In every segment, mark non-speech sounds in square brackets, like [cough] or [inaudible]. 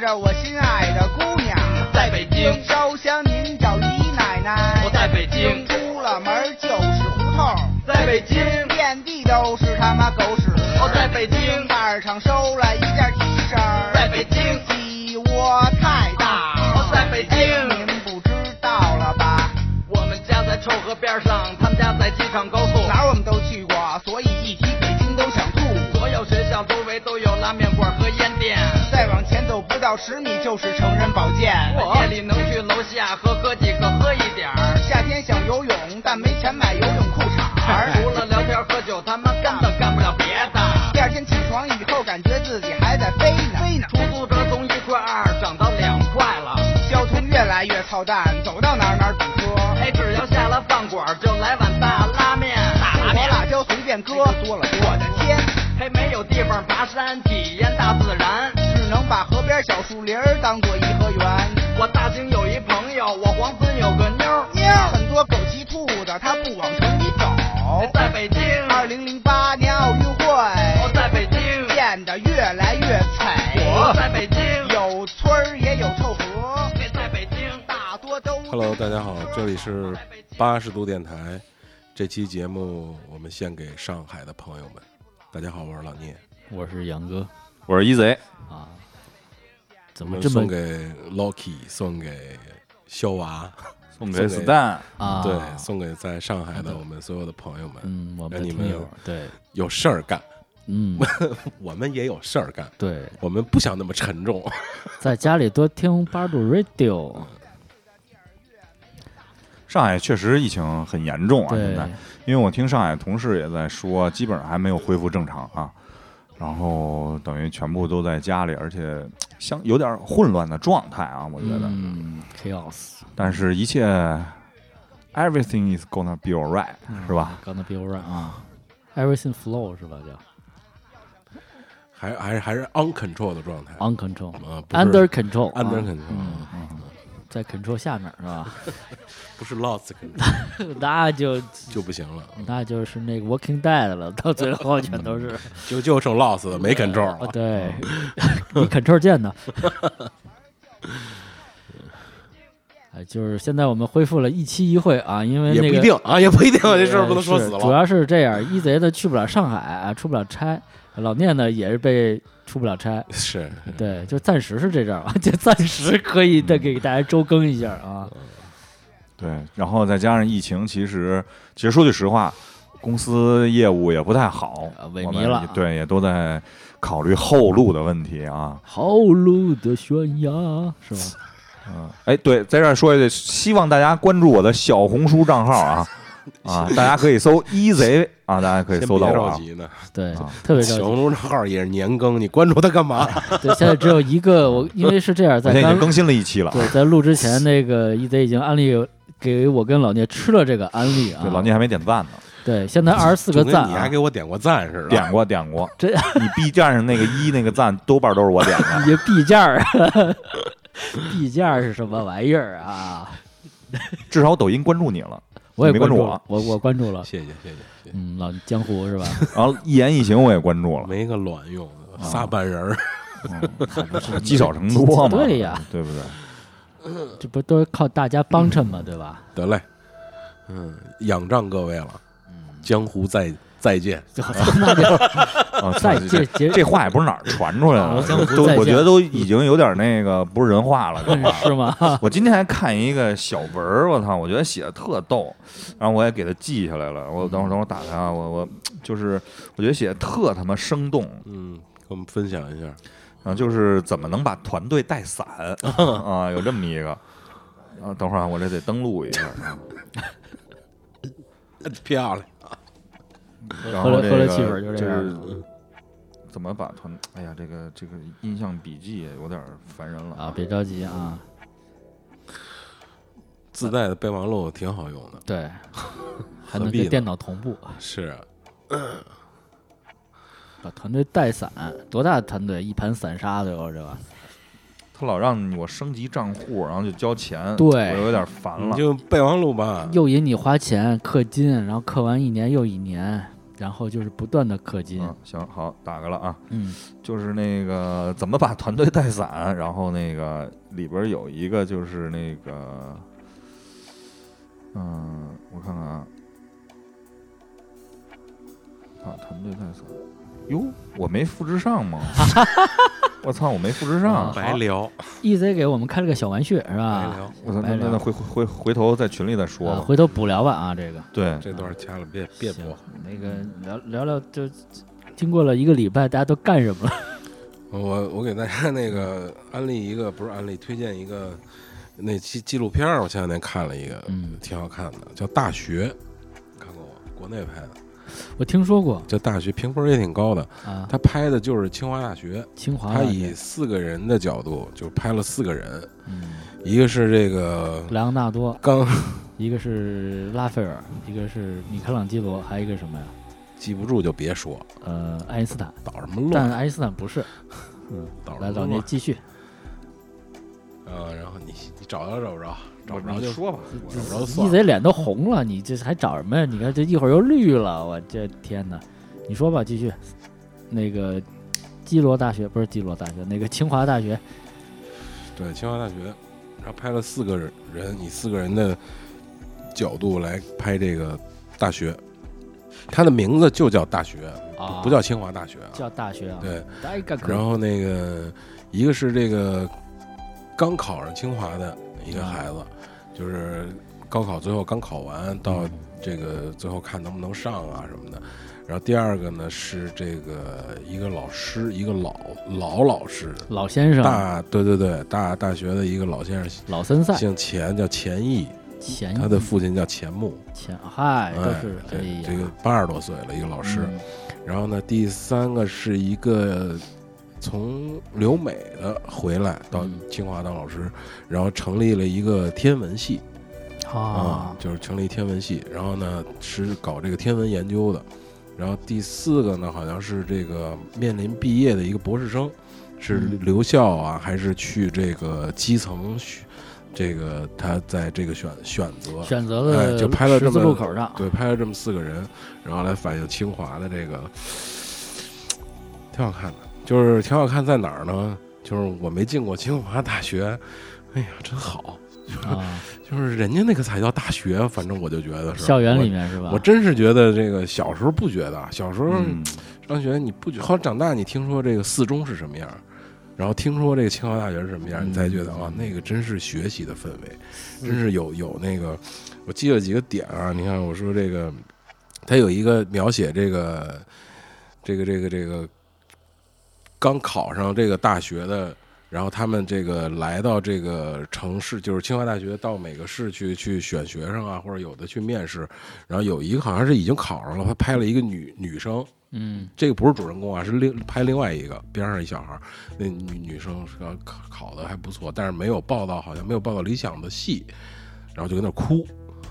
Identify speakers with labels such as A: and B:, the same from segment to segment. A: 着我心爱的姑娘，
B: 在北京，
A: 烧香您找姨奶奶。
B: 我在北京，
A: 出了门就是胡同，
B: 在北京，
A: 遍地都是他妈狗屎。
B: 我在北京，
A: 二厂收了一件 T 恤，
B: 在北京，
A: 鸡窝太大。
B: 我在北京
A: 哎您不知道了吧？
B: 我们家在臭河边上，他们家在机场高速。
A: 哪儿我们都去过，所以一提北京都想吐。
B: 所有学校周围都有拉面馆和烟店。
A: 再往前走不到十米就是成人保健。
B: 我夜里能去楼下和哥几个喝一点儿，
A: 夏天想游泳，但没钱买游泳裤衩 [laughs] 儿。
B: 除了聊天喝酒，他们根本干不了别的。
A: 第二天起床以后，感觉自己还在飞呢。飞呢
B: 出租车从一块二涨到两块了，
A: 交通越来越操蛋，走到哪儿哪儿堵车。
B: 哎，只要下了饭馆就来碗大拉面，大
A: 火辣椒随便搁，哎多了我的天，
B: 还没有地方爬山，体验大自然。
A: 只能把河边小树林儿当做颐和园。
B: 我大兴有一朋友，我黄村有个妞儿，
A: 妞儿很多狗急兔子，它不往城里走。
B: 在北京，
A: 二零零八年奥运
B: 我
A: 会
B: 在北京，
A: 变得越来越
B: 我
A: 惨，
B: 在北京，
A: 有村儿也有臭河，
B: 我在北京大。
A: 大多都。
C: Hello，大家好，这里是八十度电台。这期节目我们献给上海的朋友们。大家好，我是老聂，
D: 我是杨哥
E: 我是一贼，
D: 啊，怎
C: 我
D: 么
C: 们
D: 这么
C: 送给 Loki，送给肖娃，
E: 送
C: 给
E: 给子弹，
D: 啊？
C: 嗯对，送给在上海的我们所有的朋友们。
D: 嗯，我们
C: 让你
D: 的听友
C: 们
D: 对，
C: 有事儿干，
D: 嗯，
C: [laughs] 我们也有事儿干，
D: 对，
C: 我们不想那么沉重。 [laughs]
D: 在家里多听八度 radio，
E: 上海确实疫情很严重啊，现
D: 对
E: 在，因为我听上海同事也在说，基本上还没有恢复正常啊，然后等于全部都在家里，而且相有点混乱的状态啊，我觉得，
D: 嗯，chaos，
E: 但是一切，everything is gonna be alright，是
D: 嗯
E: 吧？
D: 刚才 Bill Ryan 啊，everything flow 是吧？叫
C: 啊还还是还是 on control 的状态
D: on control。
C: 啊，不是
D: Under control，
C: under
D: 啊
C: control，
D: 哦嗯在 control 下面是吧？ [laughs]
C: 不是 lost control
D: 那就
C: 就不行了，
D: 那就是那个 Walking Dead 了， [laughs] 到最后全都是
C: 就就剩 lost 的没 control
D: 啊
C: 了。
D: 对，
C: 嗯
D: 你 Ctrl
C: [laughs]
D: 键呢？哎，就是现在我们恢复了一期一会啊，因为
C: 也
D: 那
C: 不
D: 个
C: 一定啊，也不
D: [laughs]
C: 一定，
E: [laughs]
D: 呃
C: 这事儿不能说
D: 是
C: 死了。
D: 主要是这样，一贼呢去不了上海啊，出不了差，老聂呢也是被出不了差，
C: 是
D: 对，就暂时是这阵儿啊， [laughs] 就暂时可以
E: 嗯
D: 再给大家周更一下啊。
E: 对，然后再加上疫情，其实其实说句实话，公司业务也不太好
D: 呃，萎靡
E: 我们
D: 了
E: 也
D: 啊
E: 对，也都在考虑后路的问题啊。
D: 后路的悬崖是吧？
E: 嗯，哎，对，在这儿说一句，希望大家关注我的小红书账号
D: [laughs]
E: 啊啊，大家可以搜“一贼”啊，大家可以
C: 先
E: 搜
C: 别
E: 到我
C: 着
E: 啊。
C: 急呢，
D: 对
E: 啊，
D: 特别
C: 小
D: 着急。
C: 红书账号也是年更，你关注它干
D: [laughs]
C: 嘛？
D: 对，现在只有一个，我因为是这样，
E: 我
D: 在
E: 现在已
D: 刚
E: 经更新了一期了，啊
D: 对，在录之前，那个一贼已经安利给我跟老聂吃了这个安利啊。
E: 对，老聂还没点赞呢，
D: 对，现在二十四
C: 就
E: [laughs]
D: 个
C: 跟
D: 赞
C: 你还
D: 啊
C: 给，我点过赞似的。
E: 点过点过，
D: 真
E: [laughs] 你 B 站上那个一那个赞，多半都是我点
D: [laughs]
E: 的。
D: 你 B 价儿啊，B 价儿是什么玩意儿啊？
E: 至少抖音关注你了，
D: 我也
E: 没
D: 关
E: 关注
D: 注
E: 我啊
D: 了，我我关注了，
C: 谢谢谢谢谢谢，
D: 嗯，老江湖是吧？
E: 然后一言一行我也关注了，
C: 没个卵用的，仨半人
D: 啊
C: 儿。
E: 积少成多嘛，
D: 对呀 [laughs]
E: 对不对？
D: 这不都是靠大家帮衬嘛，对吧？
C: [laughs] 得嘞，嗯，仰仗各位了，江湖再再见。
D: 就好像那就
E: 啊，
D: 再
E: 操
D: 这这
E: 这话也不是哪儿传出来的
D: 啊江湖，
E: 都
D: 再
E: 我觉
D: 见
E: 得都已经有点那个不是人话
D: [laughs]
E: 了，都
D: 是吗？
E: [laughs] 我今天还看一个小文儿，我操，我觉得写的特逗，然后我也给它记下来了。我等会儿等会儿打开啊，我我就是我觉得写的特他妈生动，
C: 嗯，给我们分享一下。
E: 然后就是怎么能把团队
D: [laughs]
E: 带散啊，有这么一个。啊，等会儿啊，我这得登录
D: [laughs]
E: 一下。
C: 呃漂亮，
D: 喝
E: 然后
D: 了
E: 这
D: 喝
E: 个
D: 了汽水就
E: 就
D: 这样
E: 是怎么把团？哎呀，这个这个印象笔记也有点烦人了
D: 啊，别着急啊，
C: 自带的备忘录挺好用的。
D: 对，
C: 何
D: 还能
C: 必
D: 跟
C: 呢
D: 电脑同步，
C: 是，啊
D: 把团队带散，多大的团队一盘散沙，最后是吧？
E: 他老让我升级账户，然后就交钱，
D: 对
E: 我有点烦
C: 你
E: 了。
C: 就备忘录吧。
D: 又引你花钱氪金，然后氪完一年又一年，然后就是不断的氪金，
E: 嗯，行，好，打个了啊。
D: 嗯
E: 就是那个怎么把团队带散，然后那个里边有一个就是那个，嗯，我看看啊，把团队带散，哟，我没复制上吗？ [laughs] 我操，我没复制
D: 啊
E: 上，
C: 白聊，
D: ，EZ ，E 给我们开了个小玩穴是
C: 白
D: 吧？
C: 聊，
E: 我操，
D: 白
E: 那
D: 聊
E: 那回回回回头在群里再说
D: 啊，
E: 吧。
D: 回头补聊吧啊，这个
E: 对，
C: 这段掐了，别别播
D: 行。那个聊聊聊就经过了一个礼拜，大家都干什么了？
C: 我我给大家那个安利一个，不是安利，推荐一个那纪纪录片儿，我前两天看了一个，
D: 嗯
C: 挺好看的，叫《大学》，看过吗？国内拍的，
D: 我听说过
C: 叫《大学》，评分也挺高的。
D: 啊，
C: 他拍的就是清华大学，
D: 清华
C: 他
D: 大
C: 以
D: 学，
C: 四个人的角度，就拍了四个人，
D: 嗯，
C: 一个是这个
D: 莱昂纳多，
C: 刚
D: 一个是拉斐尔，一个是米开朗基罗，还有一个什么呀？
C: 记不住就别说，
D: 呃，爱因斯坦，
C: 捣什么乱
D: 但，爱因斯坦不是。嗯，
C: 捣
D: 来，
C: 什
D: 老
C: 么
D: 聂
C: 乱
D: 继续，
C: 啊！然后你你找着找不着，找
E: 我
C: 不着就
E: 说吧，
C: 找不着就
D: 一
C: 算了。
D: 贼脸都红了，你这还找什么呀？你看这一会儿又绿了，我这天哪！你说吧，继续。那个基罗大学不是基罗大学，那个清华大学，
C: 对，清华大学，然后拍了四个人，以四个人的角度来拍这个大学，它的名字就叫大学，
D: 啊
C: 不不叫清华大学啊。
D: 叫大学啊。
C: 对，
D: 大概可，
C: 然后那个一个是这个刚考上清华的一个孩子，
D: 嗯
C: 就是高考最后刚考完，到这个最后看能不能上啊什么的。然后第二个呢是这个一个老师，一个老老老师，
D: 老先生，
C: 大对对对，大大学的一个老先生，
D: 老森赛，
C: 姓钱，叫钱毅，
D: 前
C: 他的父亲叫钱穆，
D: 前嗨，都
C: 哎
D: 是，嗯哎
C: 对
D: 呀，
C: 这个八十多岁了一个老师。
D: 嗯
C: 然后呢，第三个是一个从留美的回来到
D: 嗯
C: 清华当老师，然后成立了一个天文系啊
D: 啊，，
C: 就是成立天文系，然后呢是搞这个天文研究的。然后第四个呢，好像是这个面临毕业的一个博士生，是
D: 嗯
C: 留校啊，还是去这个基层学？这个他在这个选选择
D: 选择
C: 哎
D: 了
C: 就拍了这
D: 十字
C: 么
D: 路口上，
C: 对，拍了这么四个人，然后来反映清华的这个，挺好看的，就是挺好看在哪儿呢？就是我没进过清华大学，哎呀，真好，
E: [laughs]
D: 啊，
C: 就是人家那个才叫大学，反正我就觉得是
D: 校园里。面是吧
C: 我？我真是觉得这个小时候不觉得，小时候
E: 嗯，
C: 上学你不觉，后来长大你听说这个四中是什么样，然后听说这个清华大学是什么样，你才觉得啊，那个真是学习的氛围，真是有有那个，我记了几个点啊，你看我说这个，他有一个描写这个，这个这个这个刚考上这个大学的。然后他们这个来到这个城市，就是清华大学到每个市去去选学生啊，或者有的去面试。然后有一个好像是已经考上了，他拍了一个女女生，
D: 嗯
C: 这个不是主人公啊，是另拍另外一个边上一小孩儿，那女女生是要考考的还不错，但是没有报到，好像没有报到理想的系，然后就跟那儿哭。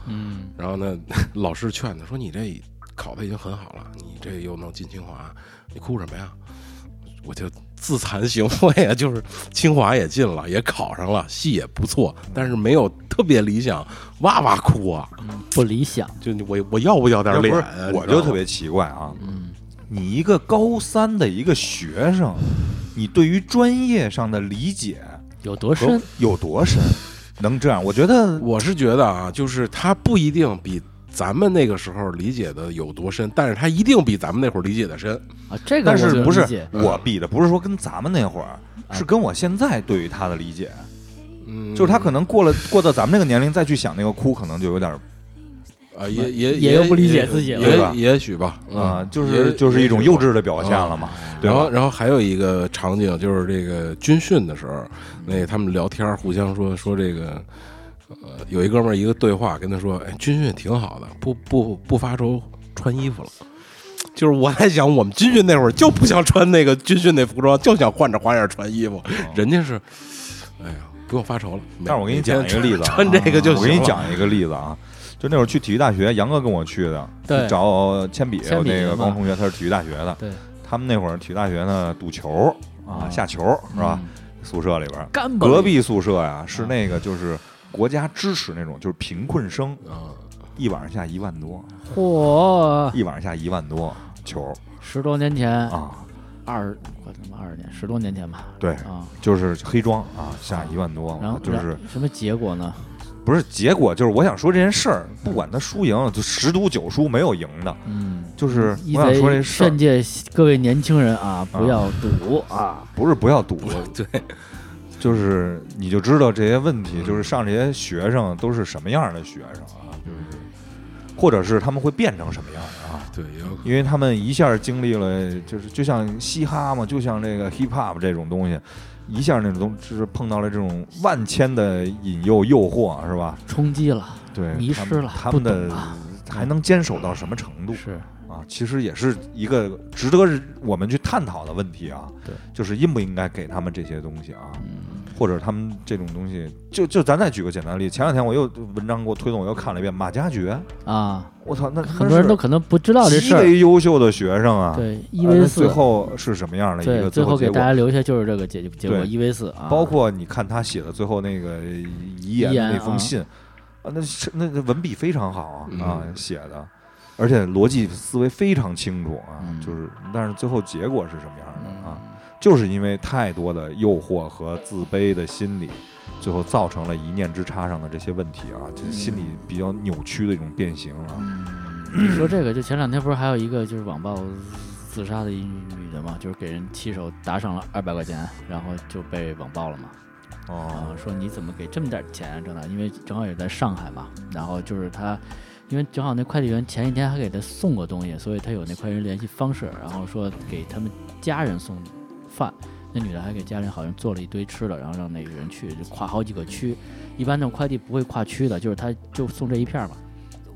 D: 嗯
C: 然后呢，老师劝他说：“你这考的已经很好了，你这又能进清华，你哭什么呀？”我就自惭形秽啊，就是清华也进了，也考上了，系也不错，但是没有特别理想，哇哇哭啊！
D: 嗯，不理想，
C: 就你我我要不要点
E: 要不
C: 脸
E: 是
C: 啊？你
E: 我
C: 知道
E: 就
C: 吗
E: 特别奇怪啊，
D: 嗯
E: 你一个高三的一个学生，你对于专业上的理解
D: 有多
E: 和
D: 深？
E: 有多深？能这样？我觉得
C: 我是觉得啊，就是他不一定比咱们那个时候理解的有多深，但是他一定比咱们那会儿理解的深。
D: 啊，这个
E: 但
D: 我
E: 是
D: 就
E: 不
D: 理
E: 是
D: 解
E: 我比的不是说跟咱们那会儿，
D: 啊
E: 是跟我现在对于他的理解，
C: 嗯，
E: 就是他可能过了过到咱们这个年龄再去想那个哭，可能就有点
C: 啊，也也
D: 也有不理解自己
E: 了对吧
C: 也也许吧，
E: 啊，
C: 嗯
E: 就
C: 也
E: 是就是一种幼稚的表现
C: 啊
E: 了嘛，对
C: 然后，
E: 吧？
C: 然后还有一个场景就是这个军训的时候，
E: 嗯
C: 那他们聊天儿互相说说这个，呃，有一哥们儿一个对话跟他说，哎，军训挺好的，不不不发愁穿衣服了。就是我在想，我们军训那会儿就不想穿那个军训那服装，就想换着花样穿衣服。人家是，哎呀，不用发愁了。每
E: 哦但是我给你讲一个例子
C: 每
E: 啊
C: 天穿穿这个就行了
E: 我给你，讲一个例子啊，就那会儿去体育大学，杨哥跟我去的，
D: 对
E: 去找铅笔，
D: 铅
E: 我
D: 笔
E: 那个
D: 嘛
E: 高中同学他是体育大学的， [laughs]
D: 对
E: 他们那会儿体育大学呢赌球啊
D: 啊
E: 下球是吧？？
D: 嗯
E: 宿舍里边儿，
D: 干巴啊
E: 隔壁宿舍呀是那个就是国家支持那种就是贫困生，
C: 啊
E: 一晚上下一万多，
D: 嚯，
E: 一晚上下一万
D: 啊
E: 多球
D: 十多年前，
E: 啊，
D: 二我他妈二十年，十多年前吧。
E: 对，
D: 啊，
E: 就是黑庄啊，下一万多，
D: 然后
E: 哦就是
D: 然后什么结果呢？
E: 不是结果，就是我想说这件事儿，不管他输赢，就十赌九输没有赢的，
D: 嗯，
E: 就是
D: 一
E: 我想说这
D: 贼
E: 事儿
D: 劝诫各位年轻人啊，不要赌啊。
E: 不是不要赌，
D: [laughs]
C: 对，
E: 就是你就知道这些问
D: 嗯
E: 题，就是上这些学生都是什么样的学生啊，
D: 嗯
E: 就是或者是他们会变成什么样的啊。
C: 对，也有
D: 嗯
C: 可
E: 因为他们一下经历了，就是就像嘻哈嘛，就像这个 hip hop 这种东西，一下那种东就是碰到了这种万千的引诱诱惑，啊是吧？
D: 冲击了，
E: 对，
D: 迷
E: 他们
D: 失了
E: 他
D: 不
E: 们
D: 懂啊
E: 的
D: 了
E: 还能坚守到什么程度
D: 是
E: 啊？其实也是一个值得我们去探讨的问题啊。
D: 对，嗯
E: 就是应不应该给他们这些东西啊？或者他们这种东西，就就咱再举个简单的例子，前两天我又文章给我推送，我又看了一遍马加爵，
D: 啊，
E: 我操，那
D: 很多人都可能不知道这
E: 极
D: 事儿。
E: 为优秀的学生啊，
D: 对，一
E: 呃那
D: v
E: 最
D: 四，
E: 后是什么样的一
D: 对，
E: 个
D: 最
E: 后
D: 后
E: 结
D: 给大
E: 果？
D: 家留下就是这个结局结果
E: 对
D: 一 v 四啊，
E: 包括你看他写的最后那个遗言
D: 遗
E: 的
D: 言
E: 那封
D: 啊
E: 信，啊，那是那个文笔非常好啊
C: 嗯
E: 啊写的，而且逻辑思维非常清楚啊
D: 嗯，
E: 就是但是最后结果是什么样的啊？就是因为太多的诱惑和自卑的心理。最后造成了一念之差上的这些问题啊，就是心理
D: 嗯
E: 比较扭曲的一种变形啊。
D: 你说这个，就前两天不是还有一个就是网暴自杀的一女的嘛，就是给人亲手打赏了二百块钱，然后就被网暴了嘛。啊
E: 哦，，
D: 说你怎么给这么点钱挣的？因为正好也在上海嘛，然后就是他，因为正好那快递员前一天还给他送过东西，所以他有那快递员联系方式，然后说给他们家人送饭。那女的还给家人好像做了一堆吃的，然后让那个人去就跨好几个区，一般那种快递不会跨区的，就是他就送这一片儿嘛。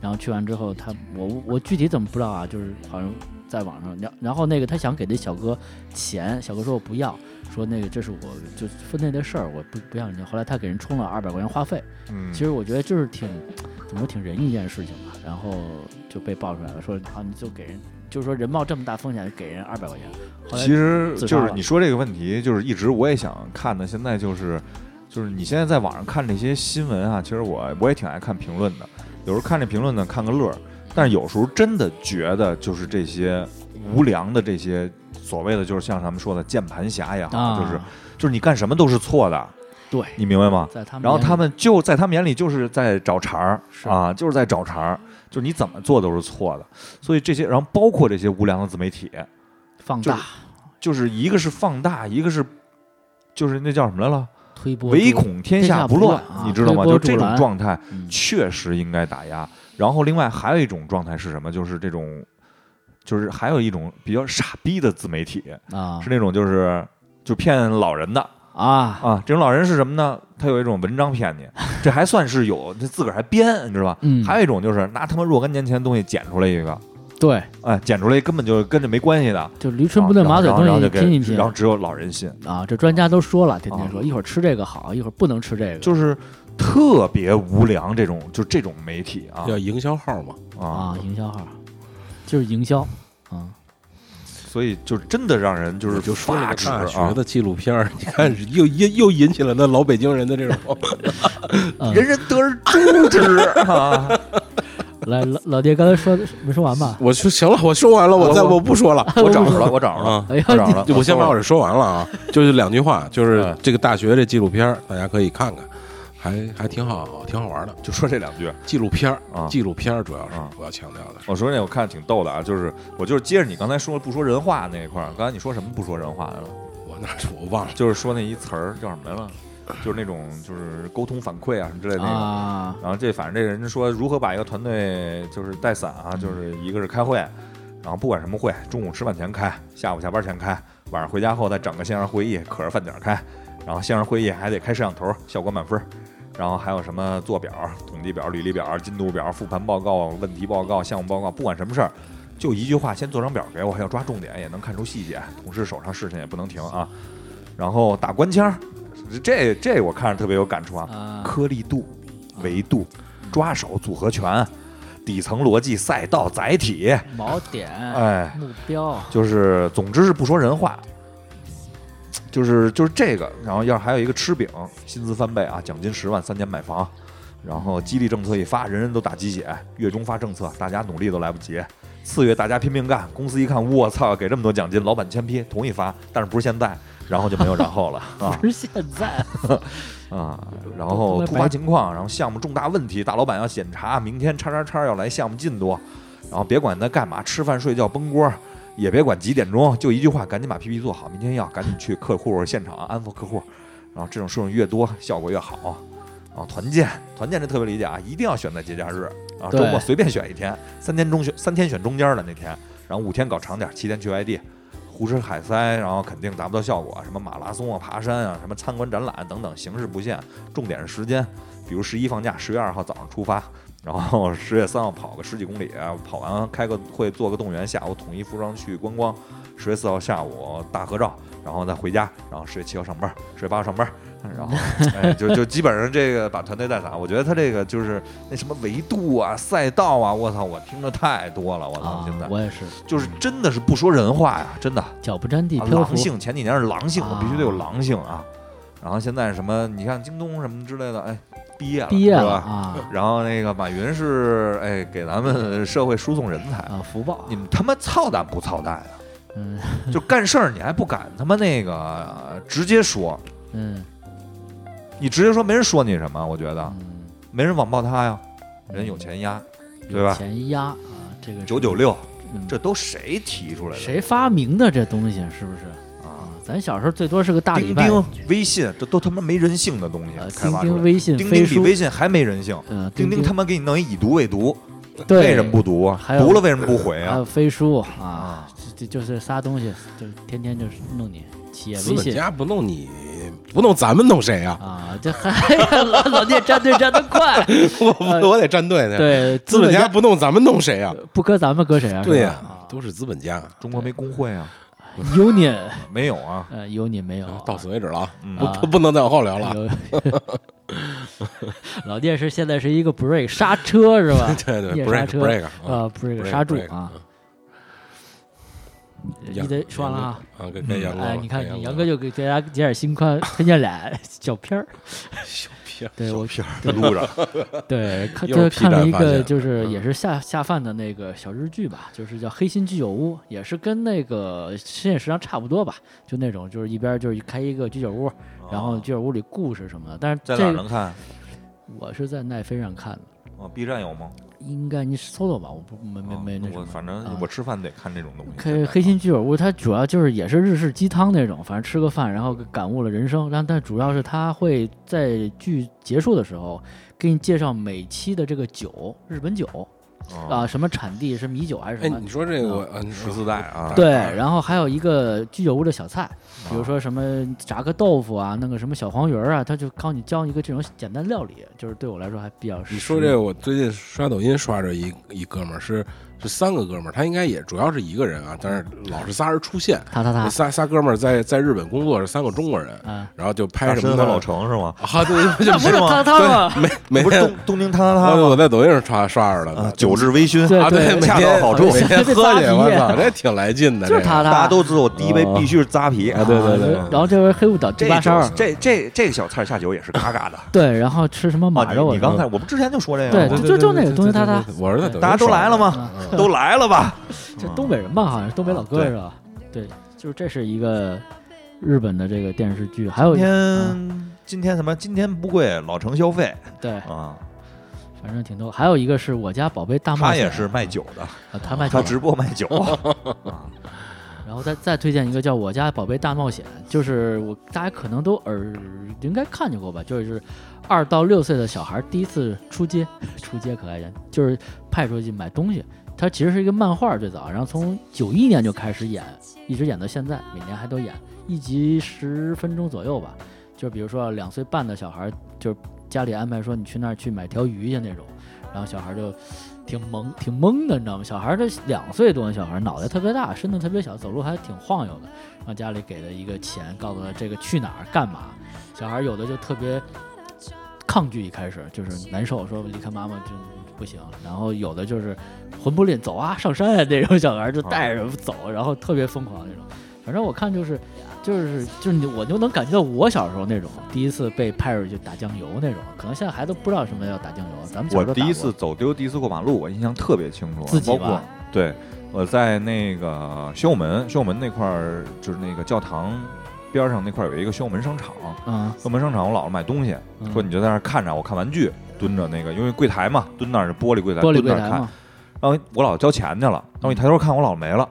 D: 然后去完之后，他我我具体怎么不知道啊？就是好像在网上，然然后那个他想给那小哥钱，小哥说我不要，说那个这是我就分内的事儿，我不不要你的。后来他给人充了二百块钱话费，
E: 嗯
D: 其实我觉得这是挺怎么说挺仁义一件事情吧。然后就被爆出来了，说啊你就给人，就是说人冒这么大风险给人二百块钱。后来
E: 其实
D: 自杀
E: 就是
D: 了
E: 你说这个问题，就是一直我也想看的。现在就是，就是你现在在网上看这些新闻啊，其实我我也挺爱看评论的。有时候看这评论呢，看个乐儿；但是有时候真的觉得，就是这些无良的这些所谓的，就是像咱们说的键盘侠也好，
D: 啊，
E: 就是就是你干什么都是错的，
D: 对，
E: 你明白吗？
D: 在他们
E: 然后
D: 眼里
E: 他们就在他们眼里就是在找茬儿
D: 是
E: 啊，就是在找茬儿，就是你怎么做都是错的。所以这些，然后包括这些无良的自媒体，
D: 放
E: 就
D: 大
E: 就是一个是放大，一个是就是那叫什么来了？
D: 推波
E: 唯
D: 助澜，
E: 恐天下
D: 不
E: 乱
D: 乱啊，
E: 你知道
D: 推
E: 吗？
D: 波
E: 就
D: 助
E: 这种
D: 澜
E: 状态
D: 嗯
E: 确实应该打压。然后另外还有一种状态是什么？就是这种，就是还有一种比较傻逼的自媒体，
D: 啊
E: 是那种就是就骗老人的
D: 啊
E: 啊。这种老人是什么呢？他有一种文章
D: [laughs]
E: 骗你，这还算是有，这自个儿还编，你知道吧？
D: 嗯，
E: 还有一种就是拿他妈若干年前的东西剪出来一个，
D: 对，
E: 哎，剪出来根本就跟这没关系的。
D: 就驴唇不对马嘴
E: 啊然后
D: 东西
E: 然后就
D: 你
E: 给
D: 拼一拼
E: 然后只有老人信。
D: 啊！这专家都说了，天天
E: 啊
D: 说一会儿吃这个好，一会儿不能吃这个，
E: 就是特别无良这种，就这种媒体啊
C: 能要营销号嘛，
E: 啊
D: 啊，，营销号就是营销啊。
E: 所以就真的让人就是
C: 就说
E: 发
C: 那个
E: 指
C: 大学
E: 啊，
C: 的纪录片儿，你看又又又引起了那老北京人的这种
D: 嗯
E: 人人得而诛之啊！
D: 来，老老爹刚才说的没说完吧？
C: 我说行了，我说完了，我再
E: 我我
C: 我不说了。
E: 我找着了，我找着了，
C: 啊，
D: 哎呀，
E: 我找着了。
C: 我先把我这说完了啊，就是两句话，就是
E: 嗯
C: 这个大学这纪录片儿，大家可以看看，还还挺好，挺好玩的。
E: 就说这两句
C: 纪录片儿
E: 啊
C: 纪录片儿主要是
E: 啊
C: 我要强调的是，
E: 我说那我看着挺逗的啊，就是我就是接着你刚才说不说人话那一块儿，刚才你说什么不说人话来了？
C: 我哪是我忘了，
E: 就是说那一词儿叫什么来了？就是那种就是沟通反馈啊什么之类的那个。
D: 啊，
E: 然后这反正这人说如何把一个团队就是带散啊，就是
C: 嗯
E: 一个是开会，然后不管什么会，中午吃饭前开，下午下班前开，晚上回家后再整个线上会议，可着饭点儿开，然后线上会议还得开摄像头，效果满分儿。然后还有什么做表、统计表、履历表、进度表、复盘报告、问题报告、项目报告，不管什么事儿，就一句话，先做张表给我，要抓重点，也能看出细节。同事手上事情也不能停啊。然后打官腔儿，这这我看着特别有感触啊。
D: 啊
E: 颗粒度、维度、抓手组合拳、底层逻辑、赛道载体，
D: 锚点，
E: 哎，
D: 目标，
E: 就是总之是不说人话，就是就是这个。然后要是还有一个吃饼，薪资翻倍啊，奖金十万，三年买房。然后激励政策一发，人人都打鸡血，月中发政策，大家努力都来不及。次月大家拼命干，公司一看，我操，给这么多奖金，老板签批，同意发，但是不是现在，然后就没有然后了啊
D: [laughs] 不是现在，
E: 啊！然后突发情况，然后项目重大问题，大老板要检查，明天叉叉叉要来项目进度，然后别管他干嘛，吃饭睡觉崩锅。也别管几点钟，就一句话，赶紧把 PPT 做好，明天要赶紧去客户现场安抚客户，然后啊这种事情越多，效果越好。啊，团建，团建这特别理解啊，一定要选在节假日啊，周
D: 对
E: 末随便选一天，三天中选三天选中间的那天，然后五天搞长点，七天去外地，胡吃海塞，然后肯定达不到效果，什么马拉松啊、爬山啊、什么参观展览等等，形式不限，重点是时间，比如十一放假，十月二号早上出发，然后 [laughs] 十月三号跑个十几公里，啊跑完开个会，做个动员，下午统一服装去观光。十月四号下午大合照，然后再回家，然后十月七号上班，十月八号上班，然
D: [laughs]
E: 后哎，就就基本上这个把团队带散。我觉得他这个就是那什么维度啊、赛道啊，我操，我听着太多了，我操，
D: 啊
E: 现在，
D: 我也是，
E: 就是真的是不说人话呀，真的啊
D: 脚不沾地漂浮
E: 狼，性。前几年是狼性，我必须得有
D: 啊
E: 狼性啊。然后现在什么，你看京东什么之类的，哎，毕业了，
D: 毕业
E: 是
D: 了
E: 吧？
D: 啊
E: 然后那个马云是哎给咱们社会输送人才，
D: 啊，福报
E: 你，们他妈操蛋不操蛋啊？
D: 嗯
E: 就干事儿你还不敢他妈那个呃直接说，
D: 嗯
E: 你直接说没人说你什么，我觉得
D: 嗯，
E: 没人网暴他呀，啊人有钱压，对
D: 有
E: 吧？
D: 钱压啊，这个是
E: 九九，六，
D: 嗯
E: 这都谁提出来的？
D: 谁发明的这东西是不是？
E: 啊
D: 啊？，咱小时候最多是个大礼
E: 钉
D: 拜，
E: 钉、微信，这都他妈没人性的东西
D: 呃，
E: 开
D: 钉
E: 发出
D: 钉、
E: 来。
D: 微信、
E: 钉
D: 飞
E: 钉比
D: 书，
E: 微信还没人性，
D: 嗯，
E: 钉钉
D: 钉
E: 他妈给你弄一以毒为毒，
D: 对
E: 为什么不毒啊？
D: 还有
E: 毒了为什么不
C: 哎
E: 回
D: 还
E: 啊
D: 有？飞书
E: 啊
D: 啊，这这就是仨东西，就天天就是弄你企业
C: 资
D: 微
C: 本
D: 信
C: 家不弄你，不弄咱们弄谁啊？
D: 啊，这还老老聂站队站得
C: [laughs]
D: 快，
C: 我我得站队去。，
D: 对，
C: 资本家不弄咱们弄谁啊？
D: 不搁咱们搁谁啊？
C: 对
D: 呀
C: 呀、，都是资本家。
E: 中国没工会啊？
D: 有你，呃，
E: 没有啊？
D: 有你没有啊？
C: 到此为止了啊，
E: 嗯
C: 不不不能再往后聊了。啊
D: 有 [laughs] 老聂是现在是一个 break 刹车是吧
C: [laughs] ？对对
D: 夜刹
C: ，break
D: 车
C: break 嗯
D: 啊，break
C: break，
D: 刹住
C: break，
D: 啊！
C: 嗯
D: 你得说完了啊！
C: 啊，给给杨哥吧，
D: 哎，你看
C: 给
D: 你
C: 杨
D: 杨
C: 吧
D: 哥就给大家解点心宽，推荐俩 [laughs] 小片儿。
C: 小屁
D: 对我
E: 路上
D: [laughs] 对看
C: 又是
D: 就
C: P
D: 看了
C: 站
D: 一
C: 发
D: 个
C: 现
D: 就是
C: 嗯
D: 也是下下饭的那个小日剧吧，就是叫《黑心居酒屋》，也是跟那个深夜食堂差不多吧，就那种就是一边就是开一个居酒屋，然后居酒屋里故事什么的。但是
E: 在哪
D: 这
E: 儿
D: 个
E: 能看？
D: 我是在奈飞上看的。
E: 哦，B 站有吗？
D: 应该你搜搜吧，我不没没
E: 啊
D: 没那什
E: 我
D: 么。
E: 反正我吃饭得看这种东西。
D: 黑黑心居酒屋，它主要就是也是日式鸡汤那种，反正吃个饭，然后感悟了人生。然后但主要是它会在剧结束的时候给你介绍每期的这个酒，日本酒啊、
E: 啊，
D: 什么产地是米酒还是
C: 哦哎，
D: 什么
C: 你。说这个我嗯
E: 十四代啊，
D: 对，然后还有一个居酒屋的小菜，比如说什么炸个豆腐啊，弄个什么小黄鱼儿啊，他就告诉你教你一个这种简单料理，就是对我来说还比较实用。
C: 你说这个，我最近刷抖音刷着一一哥们儿，是是三个哥们儿，他应该也主要是一个人啊，但是老是仨人出现。
D: 他他
C: 那
D: 他，
C: 仨仨哥们儿在在日本工作是三个中国人，
D: 嗯
C: 然后就拍
E: 大
C: 什么
E: 深和
C: 的
E: 老程是吗？
C: 啊，对对对，
D: 那
C: 就
D: 不是
E: 是吗
D: 他他吗？
C: 对，每每
E: 不是
C: 天
E: 东东京他他
C: 我
E: 他
C: 我在抖音上刷刷着
E: 吗
C: 了？，
E: 酒至微醺，
D: 对
C: 啊，对，每
E: 恰
C: 天
E: 到好处
C: 每天
D: 这
C: 喝
D: 仨
C: 去，
D: 皮
C: 我操，这挺来劲的，
D: 就是
C: 这个
D: 他他，
E: 大家都知道我第一杯必须是扎啤
C: 啊，对对对，
D: 然后这回黑五岛第
E: 这
D: 八十二
E: 酒，这这这个小菜下酒也是嘎嘎的。
D: 对，然后吃什么马
E: 啊，
D: 肉
E: 你
C: 哦
D: 啊？
E: 你刚才我们之前就说这
C: 对
E: 个
D: 对
E: 吗，
D: 就就那个东西他他，
C: 对对对对对对我是在抖音
E: 大家都
C: 刷
E: 来
C: 的？
E: 了吗？
C: [laughs]
E: 都来了吧？
D: 这东北人吧，好像是东北老哥
E: 啊对
D: 是吧？对，就是这是一个日本的这个电视剧，还有
E: 今
D: 嗯
E: 天今天什么？今天不贵，老程消费
D: 对，
E: 啊，
D: 反正挺多。还有一个是我家宝贝大冒险，
E: 他也是卖酒的，
D: 啊，他卖
E: 他
D: 酒
E: 直播卖酒。
D: 然后再再推荐一个叫《我家宝贝大冒险》，就是我大家可能都耳应该看见过吧，就是二到六岁的小孩第一次出街，出街可爱点，就是派出去买东西。它其实是一个漫画，最早，然后从九一年就开始演，一直演到现在，每年还都演，一集十分钟左右吧。就比如说两岁半的小孩，就是家里安排说你去那儿去买条鱼去那种，然后小孩就挺懵挺懵的，你知道吗？小孩这两岁多的小孩脑袋特别大，身子特别小，走路还挺晃悠的。然后家里给了一个钱，告诉他这个去哪儿干嘛。小孩有的就特别抗拒，一开始就是难受，说离开妈妈就不行。然后有的就是魂不吝，走啊，上山啊那种小孩就带着走，然后特别疯狂那种。反正我看就是就是就是你我就能感觉到我小时候那种第一次被派出去打酱油那种，可能现在孩子不知道什么叫打酱油，咱们小
E: 我
D: 时候
E: 第一
D: 打
E: 次
D: 过
E: 走丢，第一次过马路，我印象特别清楚。啊
D: 自己
E: 包
D: 吧
E: 括对，我在那个宣武门，宣武门那块儿就是那个教堂边儿上那块儿有一个宣武门商场。
D: 嗯
E: 宣武门商场，我姥姥买东西，
D: 嗯
E: 说你就在那儿看着，我看玩具，蹲着那个，因为柜台嘛，蹲那儿是玻璃柜台，
D: 玻璃
E: 蹲
D: 柜
E: 那儿
D: 台
E: 看。
D: 嘛
E: 然后我姥姥交钱去了，然后一抬头看我姥姥没了，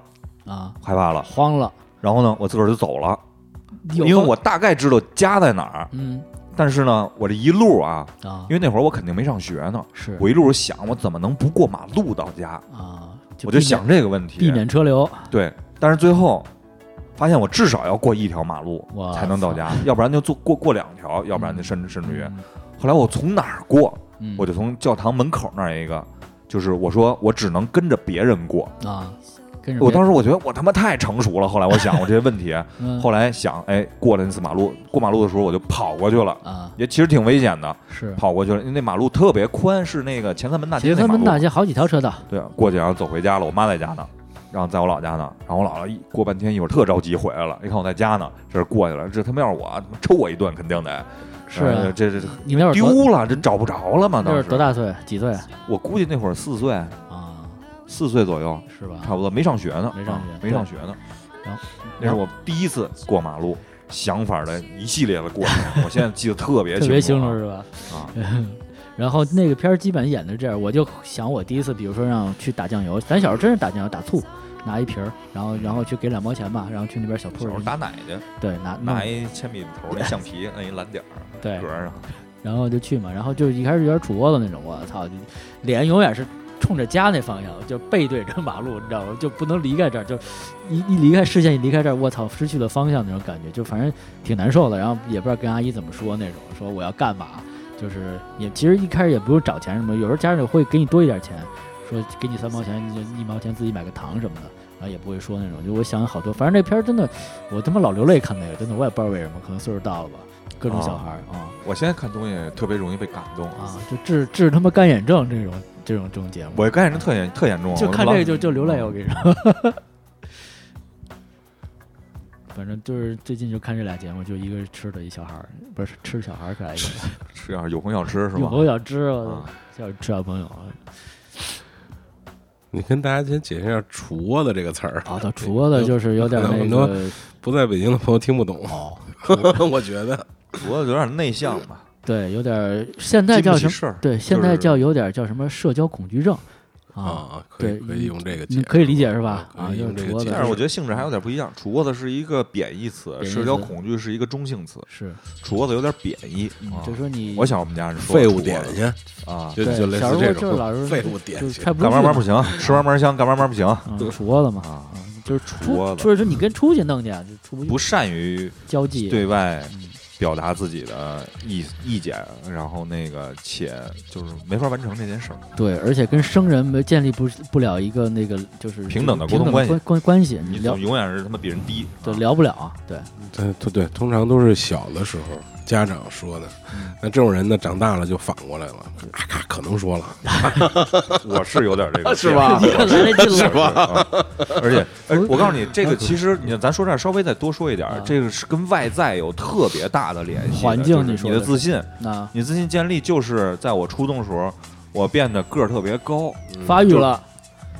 D: 啊，
E: 害怕了。
D: 慌了，
E: 然后呢，我自个儿就走了，
D: 有
E: 因为
D: 慌
E: 我大概知道家在哪儿，
D: 嗯
E: 但是呢，我这一路啊，
D: 啊
E: 因，为那会儿我肯定没上学呢，
D: 是
E: 我一路想我怎么能不过马路到家，
D: 啊，避
E: 我就
D: 免
E: 想这个问题。
D: 避免车流，
E: 对，但是最后发现我至少要过一条马路
D: 哇
E: 才能到家，要不然就坐过过两条，要不然就甚至甚至于，
D: 嗯
E: 后来我从哪儿过，
D: 嗯
E: 我就从教堂门口那儿一个。就是我说我只能跟着别人过，
D: 啊，跟着
E: 我当时我觉得我他妈太成熟了。后来我想我这些问题，
D: 时
E: 后来想，哎，过了那次马路，过马路的时候我就跑过去了，
D: 啊
E: 也其实挺危险的，
D: 是
E: 跑过去了。因为那马路特别宽，是那个前三门大街
D: 杰
E: 那
D: 克
E: 马
D: 门
E: 路。
D: 大街好几条车道，
E: 对，啊过去然后走回家了，我妈在家呢，然后在我姥家呢，然后我姥姥一过半天一会儿特着急回来了，一看我在家呢，这是过去了，这他妈要是我他妈抽我一顿肯定得，
D: 是
E: 呃
D: 啊
E: 这这这
D: 你们那会儿多
E: 丢了，这找不着了嘛，
D: 那会儿
E: 当
D: 多
E: 时
D: 大岁？几岁
E: 我估计那会儿四岁，
D: 啊？
E: 四岁左右，
D: 是吧？
E: 差不多没上学呢，
D: 没上
E: 啊
D: 学
E: 没上学呢，
D: 然后
E: 那是我第一次过马路。想法的一系列的过程，我现在记得特别
D: 特别
E: 清
D: 清
E: 楚
D: 楚
E: 啊
D: 是吧？
E: 啊。
D: [laughs] 然后那个片儿基本演的是这样，我就想我第一次，比如说让去打酱油，咱小时候真是打酱油打醋，拿一瓶儿，然后然后去给两毛钱吧，然后去那边小
E: 小
D: 铺
E: 时
D: 儿
E: 候打奶去，
D: 对拿弄
E: 拿一铅笔头儿那橡皮，摁一蓝点儿，
D: 对
E: 格，儿上。
D: 然后就去嘛，然后就一开始有点杵窝子那种，我操，就脸永远是冲着家那方向，就背对着马路，你知道吗？就不能离开这儿，就一一离开视线，一离开这儿，我操，失去了方向那种感觉，就反正挺难受的。然后也不知道跟阿姨怎么说那种，说我要干嘛，就是也其实一开始也不用找钱什么，有时候家长会给你多一点钱，说给你三毛钱，你就一毛钱自己买个糖什么的。然后也不会说那种，就我想好多，反正这片儿真的，我他妈老流泪看那个，真的我也不知道为什么，可能岁数大了吧，各种小孩儿啊、
E: 我现在看东西特别容易被感动
D: 啊，就治治他妈干眼症这种这种这种节目，
E: 我干眼症特严特严重，啊
D: 就
E: 我
D: 看
E: 老
D: 这个就就流泪，我跟你说。反正就是最近就看这俩节目，就一个是吃的，一小孩儿不是吃小孩儿可爱一点，
E: 吃啊，有朋友吃是
D: 有
E: 吧
D: 朋？友想吃，我
E: 啊
D: 操，想吃小朋友啊
C: 你跟大家先解释一下“厨窝”的这个词儿，
D: 啊，到除了就是有点那
C: 很多
D: 个，
C: 不在北京的朋友听不懂。 [laughs] 我觉得
E: 主要有点内向吧，
D: 对，有点现在
E: 经
D: 叫
E: 不
D: 什
E: 起
D: 么？
E: 事儿。
D: 对，现
E: 就
D: 在
E: 是
D: 叫有点叫什么社交恐惧症啊，
C: 啊，可以
D: 对
C: 可以用这个解
D: 你
C: 释，
D: 可以理解是吧？
C: 可以
D: 啊，就是
C: 用这个
D: 除
C: 解
D: 了
C: 释
E: 但是我觉得性质还有点不一样，杵窝子是一个贬义词，
D: 贬义词
E: 社交恐惧是一个中性词，
D: 是，
E: 杵窝子有点贬义
D: 嗯。
E: 啊
D: 就说你
E: 我小时候我们家人说
C: 废物点心，
E: 杵窝子啊，
C: 就
D: 对
C: 就类
D: 小
C: 似
D: 时候
C: 这
D: 就是老
C: 种
D: 是
C: 废物点
D: 就
C: 心。
D: 开不出
E: 干嘛
D: 去
E: 嘛
D: 嘛
E: 不行，吃嘛嘛香，干嘛嘛不行，
D: 嗯，杵窝了嘛
E: 啊，
D: 嗯就是
E: 杵窝
D: 出，就
E: 了
D: 是说你跟出去弄去，就出不去
E: 不善于
D: 交际，
E: 对外
D: 嗯
E: 表达自己的意意见，然后那个且就是没法完成这件事儿。
D: 对，而且跟生人没建立不不了一个那个就是
E: 平等的沟通
D: 关
E: 关系
D: 关关系，
E: 你
D: 聊
E: 总永远是他妈比人低，
D: 对
E: 啊
D: 聊不了啊，对，
C: 对嗯对对，通常都是小的时候家长说的，那这种人呢，长大了就反过来了，咔咔可能说了，
E: 啊我是有点这
C: [laughs]
E: 个
C: 是吧
D: [laughs] 来得及了
E: 啊
D: [laughs]
E: 而且，而我告诉你，
D: 嗯
E: 这个其实你咱说这儿稍微再多说一点儿
D: 啊，
E: 这个是跟外在有特别大的联系的。
D: 环境
E: 就是
D: 你
E: 你
D: 说
E: 的
D: 的
E: 自信，
D: 那
E: 你自信建立就是在我初中的时候，我变得个儿特别高。
D: 嗯发育了，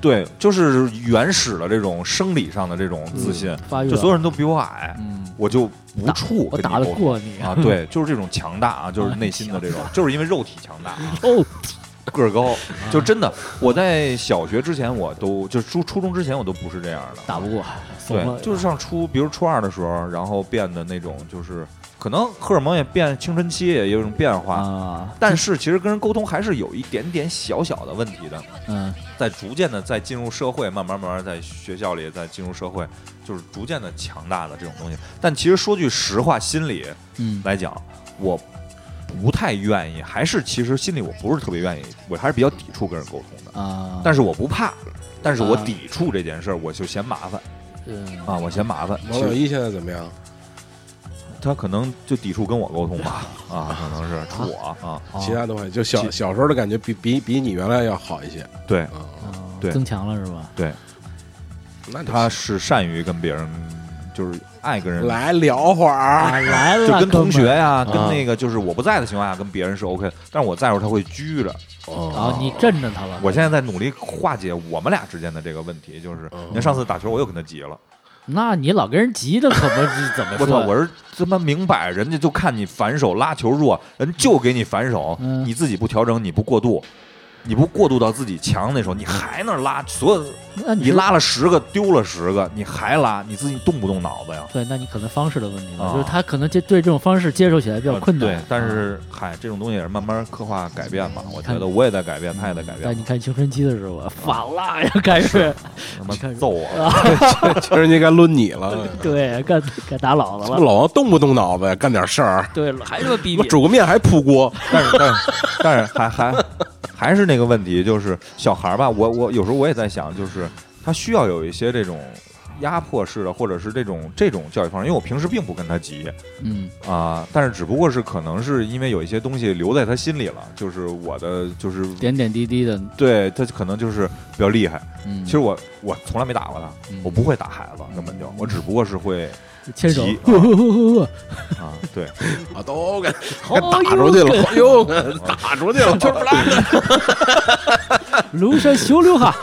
E: 对，就是原始的这种生理上的这种自信，
D: 嗯发育
E: 就
D: 了，
E: 所有人都比我矮，
D: 嗯，
E: 我就无处
D: 我
E: 跟你
D: 打得
E: 沟通
D: 过你
E: 啊！
D: [laughs]
E: 对，就是这种强大啊，就是内心的这种，就是因为肉体强大啊。
D: 哦，
E: 个儿
D: [laughs]
E: 高，就真的，我在小学之前我都就初初中之前我都不是这样的，
D: 打不过，怂了啊
E: 对，就是上初，比如初二的时候，然后变得那种就是可能荷尔蒙也变，青春期也有一种变化，
D: 啊，
E: 但是其实跟人沟通还是有一点点小小的问题的，
D: 嗯，
E: 在逐渐的在进入社会，慢慢慢慢在学校里再进入社会，就是逐渐的强大的这种东西。但其实说句实话，心里
D: 嗯
E: 来讲，我不太愿意，还是其实心里我不是特别愿意，我还是比较抵触跟人沟通的。
D: 啊，
E: 但
D: 是
E: 是我不怕，但是我
D: 啊
E: 抵触这件事儿，我就嫌麻烦
D: 嗯
E: 啊，我嫌麻烦。
C: 王
E: 其
C: 老
E: 实
C: 一现在怎么样？
E: 他可能就抵触跟我沟通吧，啊，可能是处我啊，
D: 啊
C: 其他都还就小
E: 其
C: 小时候的感觉比比比你原来要好一些
E: 对，
C: 啊。
D: 啊
E: 对
D: 增强了是吧？
E: 对，
C: 那就
E: 他
C: 行
E: 是善于跟别人就是爱跟人
C: 来聊会儿，
D: 啊，
C: [laughs]
D: 来了，
E: 就跟同学
D: 哥们儿。
E: 呀、跟
F: 啊
E: 那个就是我不在的情况下跟别人是 OK，的但是我在的时候他会拘着。
D: 然后哦你镇着他了。
E: 啊我现在在努力化解我们俩之间的这个问题，就是
C: 哦
E: 您上次打球我又跟他急了，
D: 那你老跟人急的，可不嗯是怎么
E: 我
D: 说？
E: 操，我是他妈明摆，人家就看你反手拉球弱，人就给你反手，
D: 嗯
E: 你自己不调整，你不过渡。你不过渡到自己强那时候，你还那拉，所有
D: 那你
E: 你
D: 是
E: 拉了十个丢了十个，你还拉，你自己动不动脑子呀？
D: 对，那你可能方式的问题了，
E: 啊呃
D: 就是他可能接对这种方式接受起来比较困难。啊
E: 对，但是嗨，这种东西也是慢慢刻画改变吧。我觉
D: 看嗯
E: 得我也在改变，他也在改变
D: 但。哎你看青春期的时候啊，反了又开始，
E: 他妈
D: 看
E: 揍我！啊
C: 其实应该抡你了。
D: [laughs] 对，干干打老
C: [laughs]
D: 子了，
C: 老王动不动脑子呀，干点事儿，
D: 对，还这么逼
C: 他妈煮个面还扑锅，
E: 但是但是但是还还还是那个问题，就是小孩儿吧，我我有时候我也在想，就是他需要有一些这种压迫式的，或者是这种这种教育方式，因为我平时并不跟他急
D: 嗯，
E: 啊，但是只不过是可能是因为有一些东西留在他心里了，就是我的就是
D: 点点滴滴的，
E: 对他可能就是比较厉害。
D: 嗯，
E: 其实我我从来没打过他，我不会打孩子，根本就我只不过是会
D: 牵手
E: 急，
D: 呼呼呼呼呼
E: 啊，对，
C: 啊，都给给打出去了， [laughs] 哎呦，打出去
E: [laughs]
C: 了，
D: 庐山修溜哈，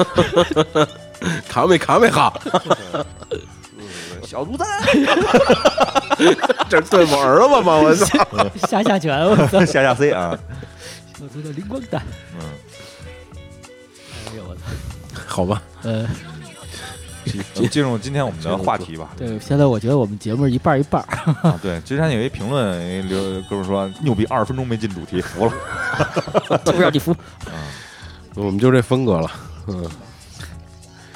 D: [laughs]
C: 卡没卡没哈，
E: 小猪蛋，
C: 这对我儿子吗？我操，
D: 下下拳，我操，
E: 下下 C 啊，
D: 我操，灵光蛋，
E: 嗯，
D: 哎呦我操，
C: 好吧，
D: 呃，
E: 进入今天我们的话题吧。
D: 对，现在我觉得我们节目一半儿一半儿，
E: 啊，对，之前有一评论，有一留哥们说牛逼，二十分钟没进主题，服了。
D: 都不让你服，
C: [laughs] 我们就这风格了，嗯，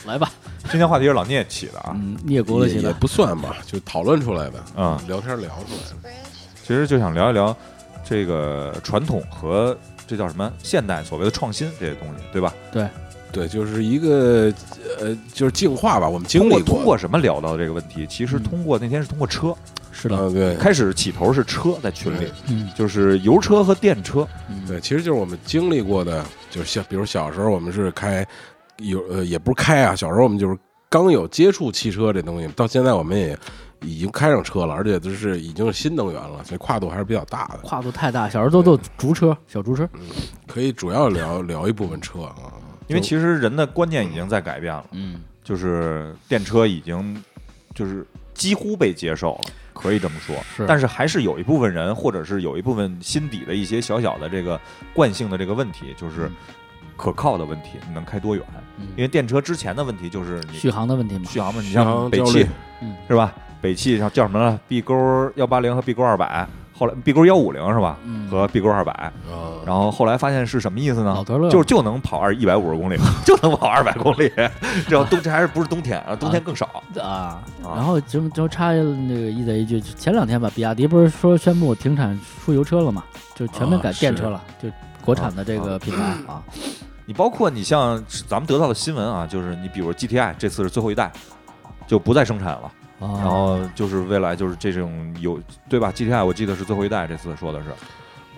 D: 来吧，
E: 今天话题是老聂起的啊，
D: 嗯，你也轱辘
C: 也
D: 起
C: 也
D: 来，
C: 不算吧，就讨论出来的，
E: 啊，
C: 聊天聊出来的，
E: 其实就想聊一聊这个传统和这叫什么现代所谓的创新这些东西，对吧？
C: 对，就是一个呃，就是进化吧，我们经
E: 通过
C: 历
E: 通过什么聊到这个问题？其实
D: 嗯
E: 通过那天是通过车，
D: 是的，
C: 啊，对，
E: 开始起头是车在群里，
D: 嗯
E: 就是油车和电车，
D: 嗯，
C: 对，其实就是我们经历过的，就是像比如小时候我们是开有呃也不是开啊，小时候我们就是刚有接触汽车这东西，到现在我们也已经开上车了，而且就是已经是新能源了，所以跨度还是比较大的。
D: 跨度太大，小时候都坐竹车，小竹车，
C: 可以主要聊聊一部分车啊，
E: 因为其实人的观念已经在改变了，
D: 嗯，
E: 就是电车已经就是几乎被接受了，可以这么说。
D: 是
E: 但是还是有一部分人，或者是有一部分心底的一些小小的这个惯性的这个问题，就是
D: 嗯
E: 可靠的问题，你能开多远？因
D: 嗯
E: 为电车之前的问题就是你
D: 续航的问题嘛，
E: 续航问题，
C: 续
E: 像
C: 航
E: 北
C: 焦
E: 汽
C: 虑
D: 嗯
E: 是吧？北汽叫叫什么了？B 勾幺八零和 B 勾二百，后来 B 勾幺五零是吧？
D: 嗯，
E: 和 B 勾二百，
C: 啊，
E: 然后后来发现是什么意思呢？
D: 老德勒
E: 就是就能跑二一百五十公里， [laughs] 就能跑二百公里。 [laughs] 然后冬天还是不是冬天啊？冬天更少。
D: 啊，
E: 啊
D: 然后就就插那个一贼一句，就前两天吧，比亚迪不是说宣布停产出油车了嘛，就全面
C: 啊
D: 改
C: 是
D: 电车了，就国产的这个品牌啊，
E: 你包括你像咱们得到的新闻啊，就是你比如 GTI 这次是最后一代，就不再生产了。然
D: 然
E: 后就是未来就是这种有对吧？GTI 我记得是最后一代，这次说的是，啊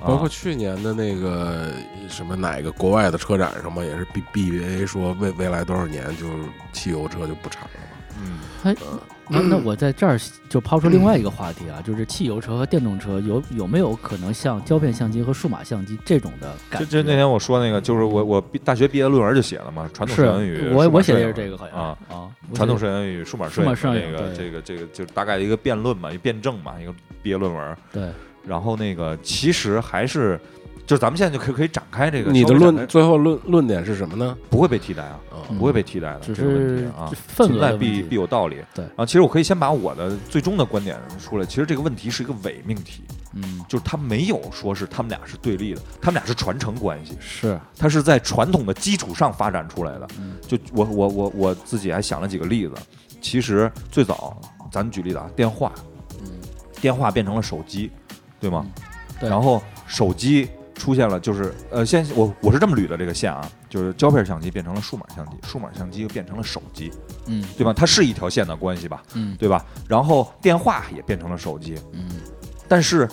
C: 包括去年的那个什么哪个国外的车展上嘛，也是 B B A 说未未来多少年就是汽油车就不产了嘛，
E: 嗯
D: 那那我在这儿就抛出另外一个话题啊，就是汽油车和电动车有有没有可能像胶片相机和数码相机这种的感
E: 就
D: 觉？
E: 就那天我说那个，就是我我毕大学毕业论文就写了嘛，传统摄影与
D: 是我
E: 数码
D: 我写的
E: 摄
D: 是
E: 影
D: 这个好像
E: 啊。
D: 啊，我
E: 传统
D: 写
E: 摄影与数码摄
D: 数码
E: 影
D: 摄
E: 的
D: 影
E: 这个
D: 对
E: 这个这个就是大概一个辩论嘛，一个辩证嘛，一个毕业论文。
D: 对
E: 然后那个其实还是，就是咱们现在就可以可以展开这个。
C: 你的
E: 稍微展
C: 论
E: 开
C: 最后论论点是什么呢？
E: 不会被替代啊，
C: 啊，
D: 嗯
E: 不会被替代的，
D: 只
E: 这个问
D: 是
E: 题啊，
D: 份
E: 存
D: 额
E: 在
D: 的问
E: 必
D: 题
E: 必有道理。
D: 对
E: 啊，其实我可以先把我的最终的观点出来。其实这个问题是一个伪命题，
D: 嗯
E: 就是他没有说是他们俩是对立的，他们俩是传承关系。
D: 是
E: 它是在传统的基础上发展出来的
D: 嗯。
E: 就我我我我自己还想了几个例子，其实最早咱举例子啊，电话，
D: 嗯
E: 电话变成了手机，对吗？
D: 对
E: 然后手机出现了，就是呃，先我我是这么捋的这个线啊，就是胶片相机变成了数码相机，数码相机又变成了手机，
D: 嗯
E: 对吧？它是一条线的关系吧，
D: 嗯
E: 对吧？然后电话也变成了手机，
D: 嗯
E: 但是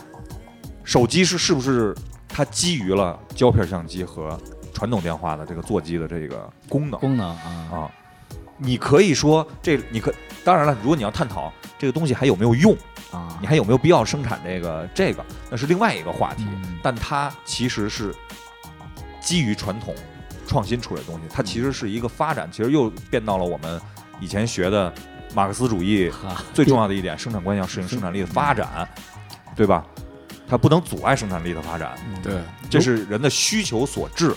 E: 手机是是不是它基于了胶片相机和传统电话的这个座机的这个功能
D: 功能啊
E: 啊？你可以说这，你可当然了，如果你要探讨这个东西还有没有用，
D: 啊
E: 你，还有没有必要生产这个这个，那是另外一个话题。
D: 嗯
E: 但它其实是基于传统创新出来的东西，它其实是一个发展，其实又变到了我们以前学的马克思主义
D: 呵，
E: 最重要的一点，生产关系要适应生产力的发展，对吧？它不能阻碍生产力的发展，
D: 嗯
C: 对，
E: 这是人的需求所致，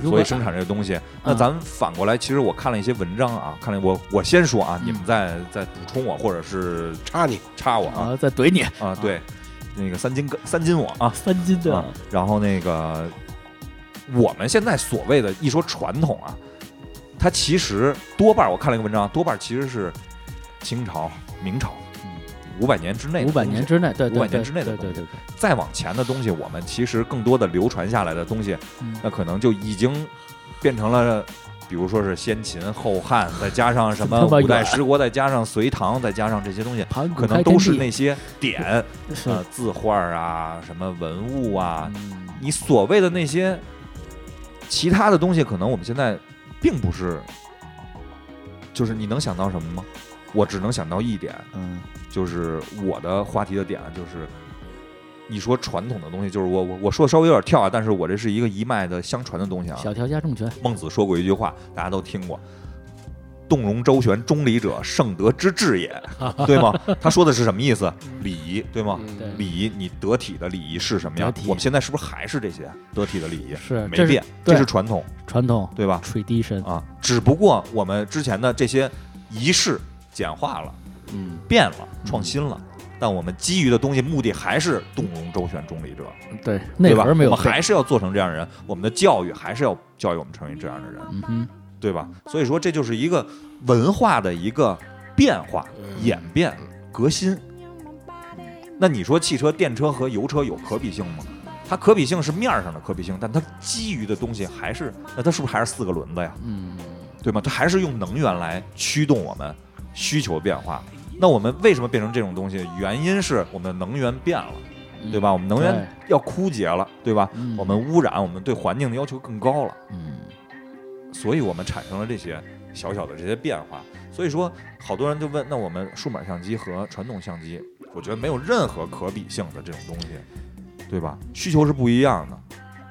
D: 如
E: 所
D: 果嗯
E: 以生产这个东西。那咱们反过来，其实我看了一些文章啊，看了我我先说啊，
D: 嗯
E: 你们再再补充我或者是
C: 插你，
E: 插我啊
D: 啊再怼你
E: 啊，对，那个三金跟三金我啊，
D: 三斤
E: 啊
D: 的，
E: 然后那个我们现在所谓的一说传统啊，它其实多半儿我看了一个文章，啊多半儿其实是清朝、明朝
D: 嗯
E: 五百年之内的
D: 五
E: 东
D: 百
E: 西，
D: 年之内，对对
E: 500
D: 对
E: 年之内
D: 对
E: 的
D: 对对对，
E: 再往前的东西，我们其实更多的流传下来的东西，
D: 嗯
E: 那可能就已经变成了。比如说是先秦后汉，再加上什么
D: 这么
E: 五代
D: 远
E: 十国，再加上隋唐，再加上这些东西，
D: 盘古
E: 可能
D: 开
E: 都
D: 天
E: 是
D: 地
E: 那些点啊、
D: 是
E: 呃字画儿啊、什么文物啊、
D: 嗯
E: 你所谓的那些其他的东西，可能我们现在并不是，就是你能想到什么吗？我只能想到一点，
D: 嗯
E: 就是我的话题的点就是，你说传统的东西，就是我我我说稍微有点跳啊，但是我这是一个一脉的相传的东西啊。
D: 小调加重拳，
E: 孟子说过一句话，大家都听过。动容周旋，中礼者，圣德之至
D: [laughs]
E: 也，对吗？他说的是什么意思？礼仪，对吗？
C: 嗯
D: 对
E: 礼仪，你得体的礼仪是什么样
D: 得？体
E: 我们现在是不是还是这些得体的礼仪？
D: 是
E: 没
D: 这是
E: 变，
D: 对
E: 这是传统，
D: 传统
E: 对吧？
D: tradition，
E: 啊，只不过我们之前的这些仪式简化了，
D: 嗯，
E: 变了，创新了。但我们基于的东西，目的还是动容周旋，中立者，
D: 对，
E: 嗯对
D: 那会
E: 吧？
D: 儿没有
E: 我们
D: 变
E: 还是要做成这样的人，我们的教育还是要教育我们成为这样的人，
D: 嗯哼，
E: 对吧？所以说，这就是一个文化的一个变化、
C: 嗯
E: 演变、革新。那你说汽车、电车和油车有可比性吗？它可比性是面儿上的可比性，但它基于的东西还是，那它是不是还是四个轮子呀？
D: 嗯
E: 对吗？它还是用能源来驱动我们需求变化。那我们为什么变成这种东西？原因是我们的能源变了，
D: 嗯
E: 对吧？我们能源要枯竭了，对吧？
D: 嗯
E: 我们污染，我们对环境的要求更高了，
D: 嗯
E: 所以我们产生了这些小小的这些变化。所以说，好多人就问，那我们数码相机和传统相机，我觉得没有任何可比性的这种东西，对吧？需求是不一样的。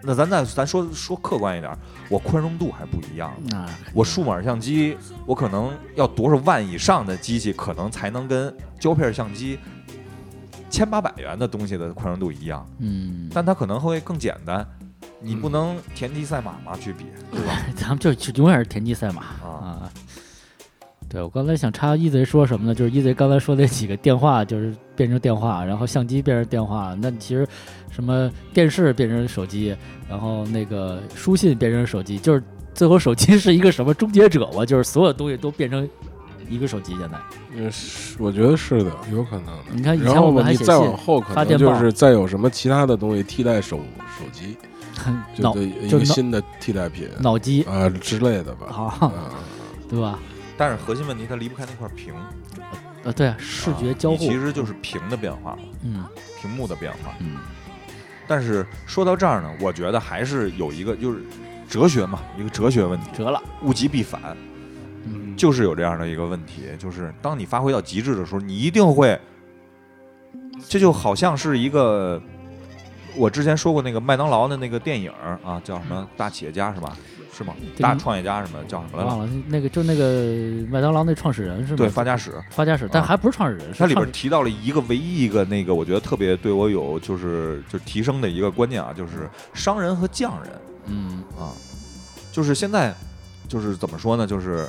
E: 那咱再咱说说客观一点，我宽容度还不一样。
D: 那
E: 我数码相机，我可能要多少万以上的机器，可能才能跟胶片相机千八百元的东西的宽容度一样，
D: 嗯， [laughs]
E: 但它可能会更简单。你不能田忌赛马嘛
D: [laughs]
E: 去比，对吧？
D: 咱们就就永远是田忌赛马
E: 啊
D: 啊。对，我刚才想插一贼说什么呢？就是一贼刚才说那几个电话，就是变成电话，然后相机变成电话。那其实什么电视变成手机，然后那个书信变成手机，就是最后手机是一个什么终结者嘛？就是所有东西都变成一个手机。现在
C: 嗯，是我觉得是的，有可能的。
D: [laughs] 你看以前
C: 然后
D: 我们还
C: 你
D: 写
C: 再 [laughs]
D: 信 [laughs]
C: 往后，可
D: 发
C: 能
D: 电
C: 就
D: 报
C: 是再有什么其他的东西替代手手机，就
D: 脑
C: 对一
D: 就
C: 个
D: 脑
C: 新的替代品
D: 脑机
C: 啊之类的吧。
D: 啊，
C: 啊，
D: 对吧？
E: 但是核心问题它离不开那块屏，
D: 呃，对啊，视觉交
E: 啊
D: 互
E: 你，其实就是屏的变化嘛，
D: 嗯
E: 屏幕的变化。
D: 嗯
E: 但是说到这儿呢，我觉得还是有一个就是哲学嘛，一个哲学问题，
D: 折了，
E: 物极必反。
D: 嗯
E: 就是有这样的一个问题，就是当你发挥到极致的时候，你一定会，这就好像是一个，我之前说过那个麦当劳的那个电影儿啊，叫什么《大企业家》是吧？是吗？
D: 对
E: 大创业家什么叫什么来
D: 忘
E: 着？
D: 了那个就那个麦当劳那创始人是吗？
E: 对，发家史，
D: 发家史，但还不是创始人，是
E: 它啊里边
D: 创始
E: 提到了一个唯一一个那个，我觉得特别对我有就是就提升的一个观念啊，就是商人和匠人。
D: 嗯
E: 啊，就是现在，就是怎么说呢？就是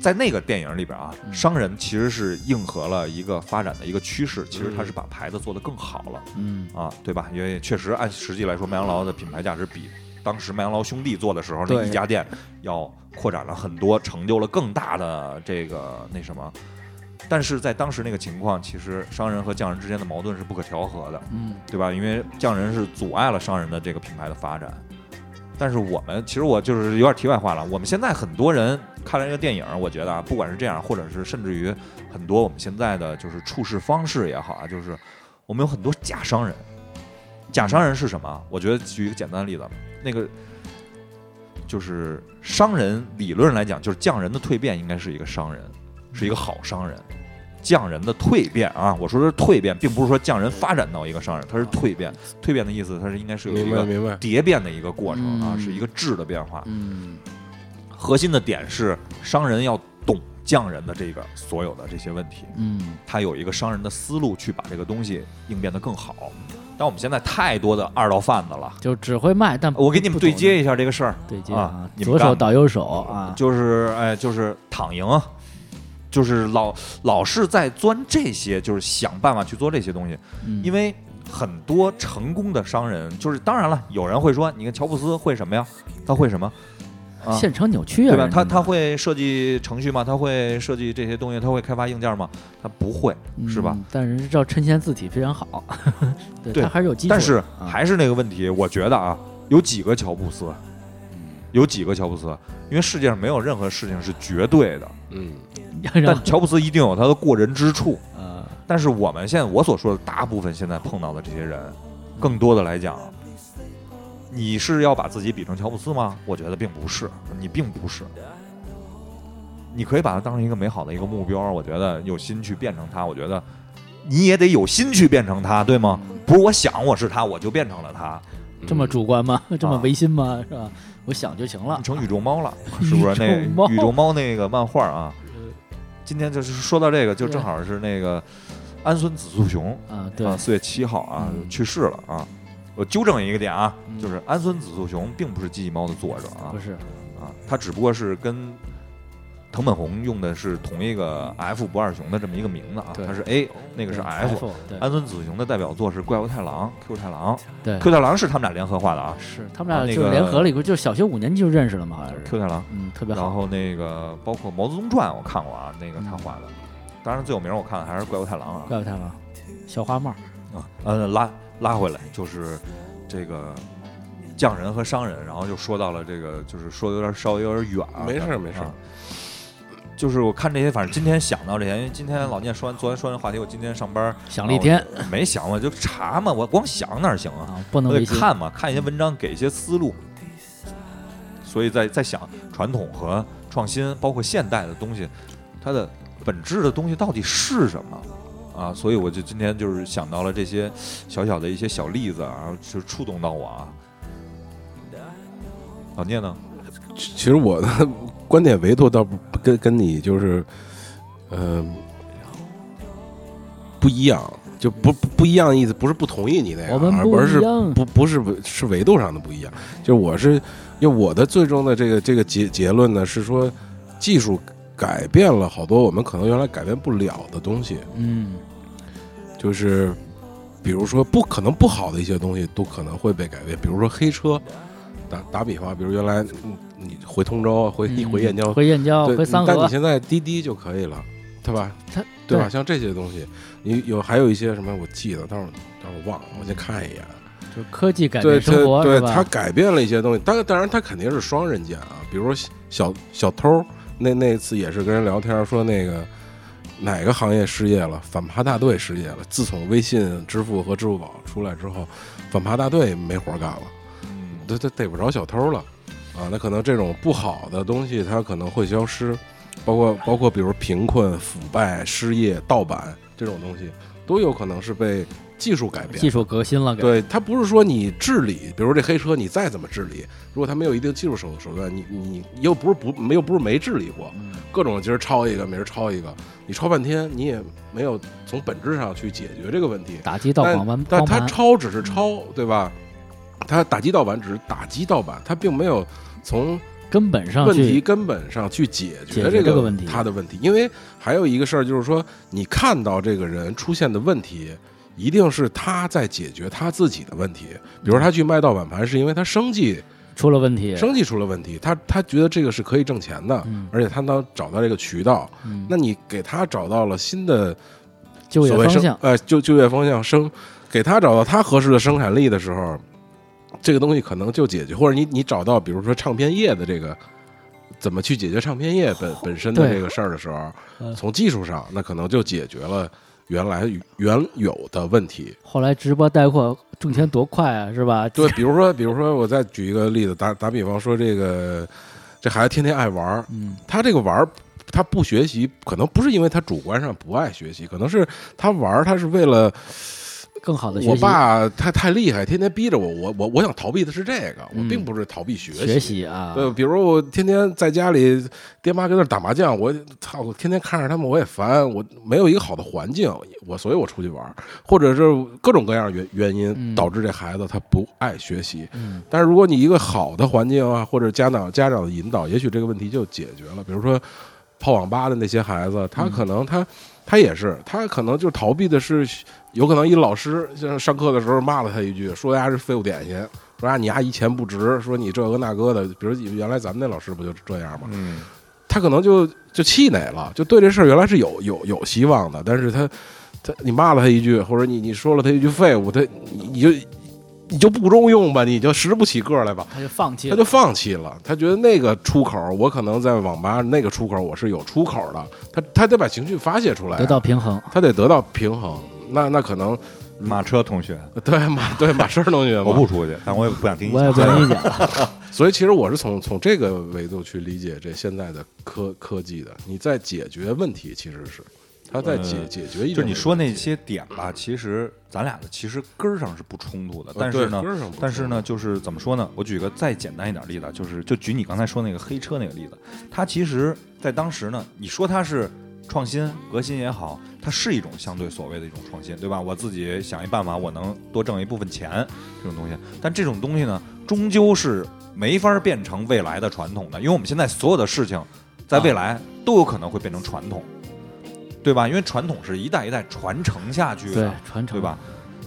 E: 在那个电影里边啊，
D: 嗯
E: 商人其实是应和了一个发展的一个趋势，其实他是把牌子做得更好了、
D: 嗯
E: 啊，对吧？因为确实按实际来说，麦当劳的品牌价值比当时麦当劳兄弟做的时候那
D: 对
E: 一家店要扩展了很多，成就了更大的这个那什么。但是在当时那个情况，其实商人和匠人之间的矛盾是不可调和的。
D: 嗯
E: 对吧？因为匠人是阻碍了商人的这个品牌的发展。但是我们其实我就是有点题外话了。我们现在很多人看了这个电影，我觉得啊，不管是这样，或者是甚至于很多我们现在的就是处事方式也好啊，就是我们有很多假商人。假商人是什么？我觉得举一个简单的例子，那个就是商人理论上来讲，就是匠人的蜕变应该是一个商人，是一个好商人。匠人的蜕变啊，我说的是蜕变，并不是说匠人发展到一个商人，他是蜕变。蜕变的意思，它是应该是有一
C: 明白
E: 个
C: 明白，
E: 蝶变的一个过程啊，
D: 嗯
E: 是一个质的变化。
D: 嗯
E: 核心的点是商人要懂匠人的这个所有的这些问题，
D: 嗯
E: 他有一个商人的思路去把这个东西应变得更好。但我们现在太多的二道贩子了，
D: 就只会卖，但
E: 我给你们对接
D: 一
E: 一下这个事儿，
D: 对接
E: 啊你们
D: 左手
E: 干
D: 倒右手啊，
E: 就是哎，就是躺赢，啊就是老老是在钻这些，就是想办法去做这些东西，因
D: 为
E: 为。很多成功的商人，就是当然了，有人会说，你看乔布斯会什么呀？他会什么？啊
D: 县城扭曲啊，
E: 对吧？
D: 人
E: 他
D: 家
E: 他会设计程序吗？他会设计这些东西？他会开发硬件吗？他不会，是吧？
D: 嗯？但人知道衬线字体非常好， [laughs] 对
E: 对
D: 他还是有基础的，
E: 但是
D: 啊
E: 还是那个问题，我觉得啊，有几个乔布斯，有几个乔布斯，因为世界上没有任何事情是绝对的，
C: 嗯，
D: 然
E: 但
D: 后
E: 乔布斯一定有他的过人之处。
D: 呃
E: 但是我们现在我所说的大部分现在碰到的这些人，更多的来讲，你是要把自己比成乔布斯吗？我觉得并不是，你并不是。你可以把它当成一个美好的一个目标，我觉得有心去变成他，我觉得你也得有心去变成他，对吗？不是我想我是他，我就变成了他，
D: 这
C: 嗯
D: 么主观吗？这么
E: 啊
D: 违心吗？是吧？我想就行了
E: 你，成宇宙猫了，是不是？
D: 宇宙猫
E: 那宇宙猫那个漫画啊，今天就是说到这个，就正好是那个安孙子素雄，
D: 啊，对
E: 啊，，四月七号啊、
D: 嗯
E: 去世了啊。我纠正一个点啊，
D: 嗯
E: 就是安孙子素雄并不是《机器猫》的作者啊
D: 不是，
E: 啊，他只不过是跟藤本弘用的是同一个 F 不二雄的这么一个名字啊，
D: 对
E: 他是 A，那个是
D: 对
E: F。啊
D: 对
E: 安孙子雄的代表作是《怪物太郎》《Q 太郎》
D: 对
E: ，Q 太郎是他们俩联合画的啊
D: 是他们
E: 啊
D: 俩
E: 那
D: 就
E: 个
D: 联合了以后，就小学五年级就认识了嘛，好像是，
E: ，Q 太郎。
D: 嗯，特别
E: 然
D: 好，
E: 后那个包括《毛泽东传》，我看过啊，那
D: 嗯
E: 个他画的。当然最有名我看的还是《怪物太郎》啊。
D: 怪不得嘛，小花帽，
E: 啊，呃，拉拉回来就是这个匠人和商人，然后就说到了这个，就是说的有点稍微有点远啊。
C: 没事儿没事儿
E: 啊就是我看这些，反正今天想到这些，因为今天老聂说完，昨天说完话题，我今天上班
D: 想了一天
E: 没想，我就查嘛，我光想哪行啊？
D: 啊，不能
E: 我
D: 违
E: 得
D: 心，
E: 看嘛，看一些文章，给一些思路。所以在在想传统和创新，包括现代的东西，它的本质的东西到底是什么啊？所以我就今天就是想到了这些小小的一些小例子啊，就触动到我啊。老聂呢？
C: 其其实我的观点维度倒不跟跟你就是，嗯、不一样，就不不不一样的意思，不是不同意你那
D: 我
C: 个
D: 们
C: 啊，
D: 不
C: 而
D: 一
C: 是
D: 样
C: 不不是是维度上的不一样，就是我是因为我的最终的这个这个结结论呢是说，技术改变了好多我们可能原来改变不了的东西，
D: 嗯，
C: 就是比如说不可能不好的一些东西都可能会被改变，比如说黑车，打打比方，比如原来嗯你回通州啊回
D: 嗯
C: 你回燕郊，
D: 回燕郊，
C: 对
D: 回三，
C: 但你
D: 河，
C: 现在滴滴就可以了，对吧？
D: 他
C: 对吧？？像这些东西，你有还有一些什么？我记得，但是但是我忘了，我先看一眼。
D: 就是科技改
C: 对
D: 变
C: 它
D: 生活，
C: 对
D: 是吧
C: 它改变了一些东西，但当然它肯定是双刃剑啊。比如说小小偷，那那次也是跟人聊天说那个哪个行业失业了，反扒大队失业了。自从微信支付和支付宝出来之后，反扒大队没活干了，
E: 嗯，
C: 他他逮不着小偷了啊。那可能这种不好的东西它可能会消失，包括包括比如贫困、腐败、失业、盗版这种东西，都有可能是被技术改变。
D: 技术革新了，给，
C: 对，它不是说你治理，比如这黑车你再怎么治理，如果它没有一定技术手手段，你你你又不是不没又不是没治理过，各种今儿抄一个，明儿抄一个，你抄半天你也没有从本质上去解决这个问题。
D: 打击到
C: 但
D: 广完嗯
C: 但
D: 光
C: 它
D: 盘，
C: 抄只是抄，对吧？它打击盗版只是打击盗版，它并没有从
D: 根本上
C: 问题
D: 去，
C: 根本上去解决
D: 解决
C: 这
D: 这个问题
C: 他的问题。因为还有一个事儿就是说，你看到这个人出现的问题，一定是他在解决他自己的问题。比如他去卖盗版盘，是因为他生计
D: 出了问题，
C: 生计出了问题，他他觉得这个是可以挣钱的
D: 嗯，
C: 而且他能找到这个渠道。
D: 嗯，
C: 那你给他找到了新的
D: 就业
C: 所谓
D: 方
C: 生
D: 向，
C: 呃，就就业方向生，给他找到他合适的生产力的时候，这个东西可能就解决，或者你你找到比如说唱片业的这个怎么去解决唱片业本本身的
D: 对
C: 这个事儿的时候
D: 嗯，
C: 从技术上那可能就解决了原来原有的问题。
D: 后来直播带货挣钱多快啊，是吧？
C: 对，比如说，比如说，我再举一个例子，打打比方说，这个这孩子天天爱玩儿，
D: 嗯，
C: 他这个玩儿，他不学习，可能不是因为他主观上不爱学习，可能是他玩儿，他是为了
D: 更好的学习
C: 我爸他太厉害，天天逼着我，我我我想逃避的是这个，我
D: 嗯
C: 并不是逃避学习。
D: 学习啊，
C: 对，比如我天天在家里，爹妈跟那儿打麻将，我操，我天天看着他们我也烦，我没有一个好的环境，我所以我出去玩儿，或者是各种各样的原原因
D: 嗯
C: 导致这孩子他不爱学习。
D: 嗯
C: 但是如果你一个好的环境啊，或者家长家长的引导，也许这个问题就解决了。比如说泡网吧的那些孩子，
D: 嗯
C: 他可能他、他也是，他可能就逃避的是，有可能一老师像上课的时候骂了他一句，说他是废物点心，说啊你丫一钱不值，说你这个那个的。比如原来咱们那老师不就是这样吗？
E: 嗯，
C: 他可能就就气馁了，就对这事儿原来是有有有希望的，但是他他你骂了他一句，或者你你说了他一句废物，他你你就你就不中用吧，你就拾不起个来吧，
D: 他就放弃
C: 他
D: 了，
C: 就放弃了。他觉得那个出口，我可能在网吧那个出口我是有出口的，他他得把情绪发泄出来，啊
D: 得到平衡。
C: 他得得到平衡。那那可能
E: 马车同学，
C: 对马对马生同学嘛，
E: 我不出去，但我也不想听你
D: 我也
E: 讲。
D: 不理解，
C: 所以其实我是从从这个维度去理解这现在的科科技的，你在解决问题，其实是他在解、
E: 呃
C: 解决一种问题，
E: 就是你说那些点吧，其实咱俩的其实根儿上是不冲突的，
C: 呃，
E: 但是呢
C: 对，根儿上不
E: 但是
C: 同
E: 呢，就是怎么说呢？我举个再简单一点儿例子啊，就是就举你刚才说那个黑车那个例子，它其实在当时呢，你说它是创新革新也好，它是一种相对所谓的一种创新，对吧？我自己想一办法，我能多挣一部分钱这种东西，但这种东西呢，终究是没法变成未来的传统的，因为我们现在所有的事情，在未来都有可能会变成传统，对吧？因为传统是一代一代传承下去的
D: 对，传承
E: 对吧？？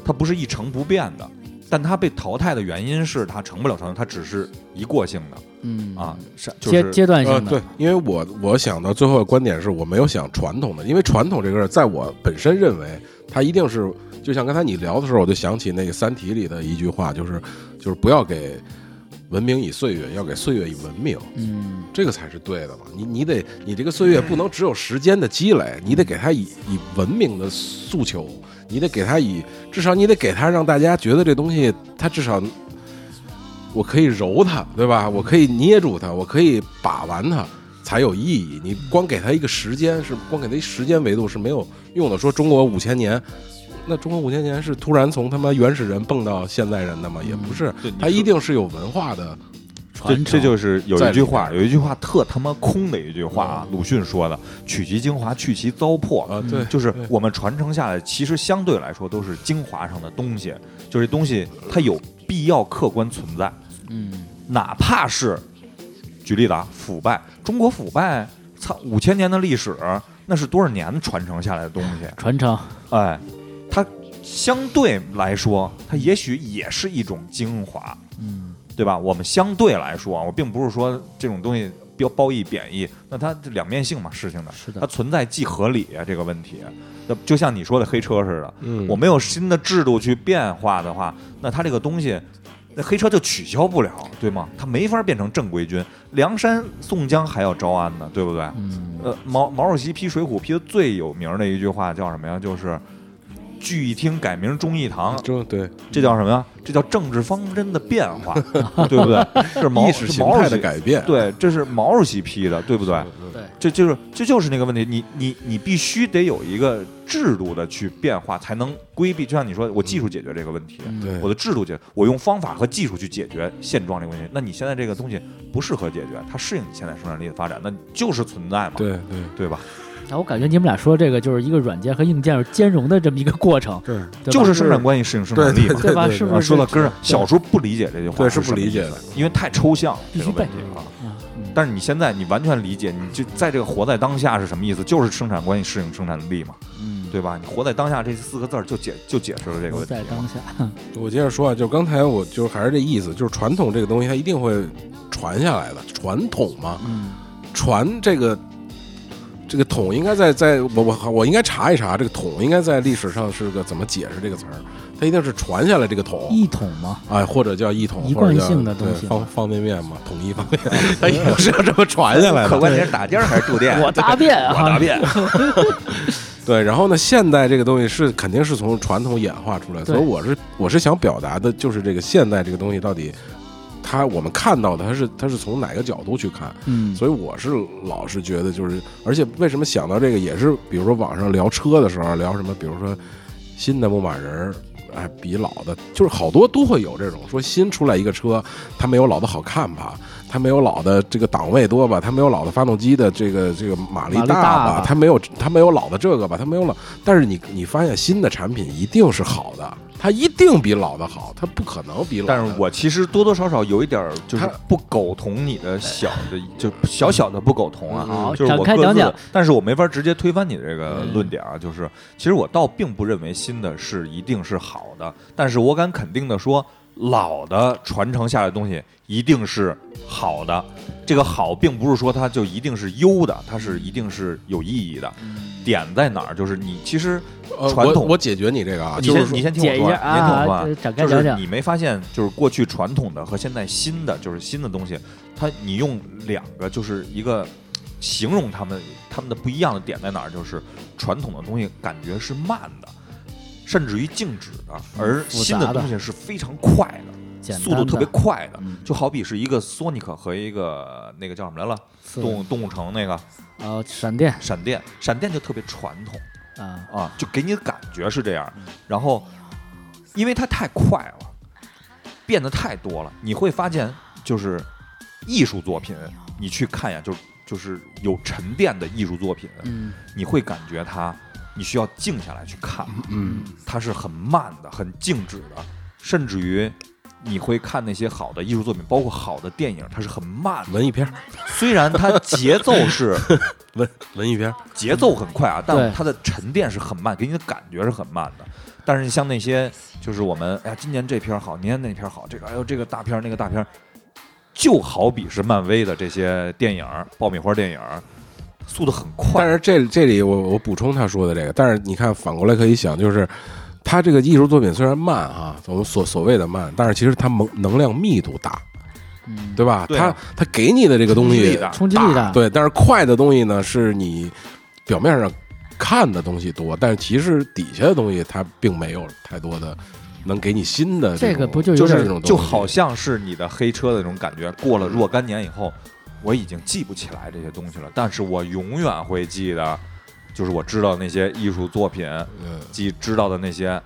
E: 它不是一成不变的，但它被淘汰的原因是它成不了传统，它只是一过性的
D: 嗯
E: 啊，，是就
D: 阶
E: 是
D: 阶段
C: 呃，
D: 性的
C: 对，，因为我我想到最后的观点是我没有想传统的，因为传统这个事儿，在我本身认为，它一定是就像刚才你聊的时候，我就想起那个《三体》里的一句话，就是就是不要给文明以岁月，要给岁月以文明。
D: 嗯，
C: 这个才是对的嘛。你你得你这个岁月不能只有时间的积累，你得给他以以文明的诉求，你得给他以至少你得给他让大家觉得这东西，他至少我可以揉它，对吧？我可以捏住它，我可以把玩它。才有意义。你光给他一个时间，是光给他一时间维度是没有用的。说中国五千年，那中国五千年是突然从他妈原始人蹦到现代人的吗？也不是
E: 对你，
C: 它一定是有文化的。
E: 这
D: 传承
E: 这就是有
C: 在
E: 一
C: 里
E: 句话，
C: 边
E: 有一句话特他妈空的一句话啊，鲁迅说的“取其精华，去其糟粕”
C: 啊对
E: 就是
C: 对
E: 我们传承下来，其实相对来说都是精华上的东西，就是东西它有必要客观存在，
D: 嗯，
E: 哪怕是举例子啊，腐败，中国腐败，操五千年的历史，那是多少年传承下来的东西，
D: 传承
E: 哎，它相对来说，它也许也是一种精华，
D: 嗯，
E: 对吧？我们相对来说，啊，我并不是说这种东西标褒义贬义，那它这两面性嘛，事情的，
D: 是
E: 它
D: 的，
E: 存在即合理啊这个问题。那就像你说的黑车似的，
C: 嗯
E: 我没有新的制度去变化的话，那它这个东西。那黑车就取消不了，对吗？它没法变成正规军。梁山宋江还要招安呢，对不对？
D: 嗯，
E: 呃，毛毛主席批《水浒》批的最有名儿的一句话叫什么呀？就是“聚义厅改名忠义堂
C: 就对。”，
E: 这叫什么呀？这叫政治方针的变
C: [laughs]
E: 化，对不对？这是毛
C: 意识
E: 是
C: 形
E: 毛
C: 态
E: 主
C: 的
E: 席
C: 改变。
E: 对，这是毛主席批的，对不对？
D: 对，
E: 这就是这就是那个问题，你你你必须得有一个制度的去变化，才能规避。就像你说，我技术解决这个问题，
D: 嗯
C: 对
E: 我的制度解，我用方法和技术去解决现状这个问题。那你现在这个东西不适合解决，它适应你现在生产力的发展，那就是存在嘛，
C: 对对
E: 对吧？
D: 那我感觉你们俩说这个就是一个软件和硬件兼容的这么一个过程，
E: [laughs]
C: 对
D: 对吧
E: 就是生产关系适应生
C: 对
E: 产力
C: 对
E: 嘛。
D: 对吧
C: 对
D: 是不
E: 啊，
D: 是
E: 说到根儿上，
D: 对
E: 小时候不理解这句话，
C: 对是不
E: 什么
C: 理
E: 意
C: 解
E: 思
C: 的，
E: 因为太抽象了
D: 必
E: 这
D: 须
E: 个问
D: 背
E: 题啊。
D: 啊嗯
E: 但是你现在你完全理解，你就在这个活在当下是什么意思？就是生产关系适应生产力嘛，
D: 嗯，
E: 对吧？你活在当下这四个字儿就解就解释了这个
D: 活
E: 问题
D: 在当
E: 嘛。
D: 下，
C: 我接着说啊，就刚才我就还是这意思，就是传统这个东西它一定会传下来的，传统嘛，
D: 嗯，
C: 传这个这个统应该在在我我我应该查一查这个统应该在历史上是个怎么解释这个词儿，它一定是传下来这个
E: 嗯
C: 统。
D: 一统
E: [laughs]
D: 嘛，
C: 哎，或者叫一统，
D: 一贯性的
C: 或者叫
D: 东西
C: 对
D: 啊
C: 方方便面嘛，统一方便面，它一定是要这么传下来的。
E: [laughs] 可关键是打尖儿还是住店？
D: 我答辩啊，
E: 我答辩。
C: 对，然后呢，现代这个东西是肯定是从传统演化出来，
D: 对
C: 所以我是我是想表达的就是这个现代这个东西到底，它我们看到的它是它是从哪个角度去看，
D: 嗯，
C: 所以我是老是觉得就是，而且为什么想到这个也是，比如说网上聊车的时候啊聊什么，比如说新的牧马人儿，哎，比老的，就是好多都会有这种说新出来一个车，它没有老的好看吧，它没有老的这个档位多吧，它没有老的发动机的这个这个马力
D: 马力
C: 大吧
D: 大吧，
C: 它没有它没有老的这个吧，它没有老，但是你你发现新的产品一定是好的，它一定比老的好，它不可能比老的。
E: 但是我其实多多少少有一点儿就是
C: 他
E: 不苟同你的小的，就小小的不苟同啊，
C: 嗯
D: 好，
E: 就是
D: 展
E: 我
D: 开
E: 各
D: 讲
E: 自
D: 讲
E: 的，，但是我没法直接推翻你的这个
D: 嗯
E: 论点啊，就是其实我倒并不认为新的是一定是好的，但是我敢肯定的说，老的传承下来的东西一定是好的。这个好，并不是说它就一定是优的，它是一定是有意义的。点在哪儿？就是你其实
C: 呃
E: 传
C: 我
E: 统
C: 我解决你这个啊，
E: 你
C: 就是
E: 先
C: 说
E: 你先听我
D: 解一
E: 说
D: 下
E: 完，你先听我
D: 啊
E: 说完。
D: 啊，展开
E: 就
D: 讲
E: 是
D: 讲，
E: 你没发现，就是过去传统的和现在新的，就是新的东西，它你用两个，就是一个形容他们他们的不一样的点在哪儿？就是传统的东西感觉是慢的，甚至于静止的，而
D: 复杂
E: 新的
D: 的
E: 东西是非常快的，
D: 简
E: 速度
D: 单
E: 特别
D: 的
E: 快的
D: 嗯。
E: 就好比是一个索尼克和一个那个叫什么来了，
D: 四
E: 动物动物城那个
D: 啊，闪电
E: 闪电，闪电就特别传统。
D: 啊，
E: 啊，就给你的感觉是这样。然后，因为它太快了，变得太多了，你会发现，就是艺术作品，你去看一眼，就就是有沉淀的艺术作品，
D: 嗯
E: 你会感觉它，你需要静下来去看，
C: 嗯
E: 它是很慢的，很静止的，甚至于。你会看那些好的艺术作品，包括好的电影，它是很慢
C: [laughs]
E: 的。
C: 文艺片儿，
E: 虽然它节奏是
C: 文文艺片儿。
E: 节奏很快啊，
D: 对
E: 但它的沉淀是很慢，给你的感觉是很慢的。但是像那些就是我们，哎呀，今年这片儿好，明年那片儿好，这个哎呦这个大片儿那个大片儿，就好比是漫威的这些电影儿，爆米花电影儿，速度很快
C: 但，是这这里我我补充他说的这个，但是你看反过来可以想，就是他这个艺术作品虽然慢啊，我们所所谓的慢，但是其实它能能量密度大，
D: 嗯，啊
C: 对吧？
E: 对
C: 他
E: 啊
C: 他给你的这个东
E: 冲击
C: 西
E: 力大
D: 冲击力大，
C: 对，但是快的东西呢，是你表面上看的东西多，但是其实底下的东西它并没有太多的能给你新的
D: 这
C: 种
D: 个不就
E: 就
D: 有点
C: 这种东
E: 是
C: 西
E: 就好像是你的黑车的那种感觉。过了若干年以后，我已经记不起来这些东西了，但是我永远会记得，就是我知道那些艺术作品，
C: 嗯，
E: 记知道的那些，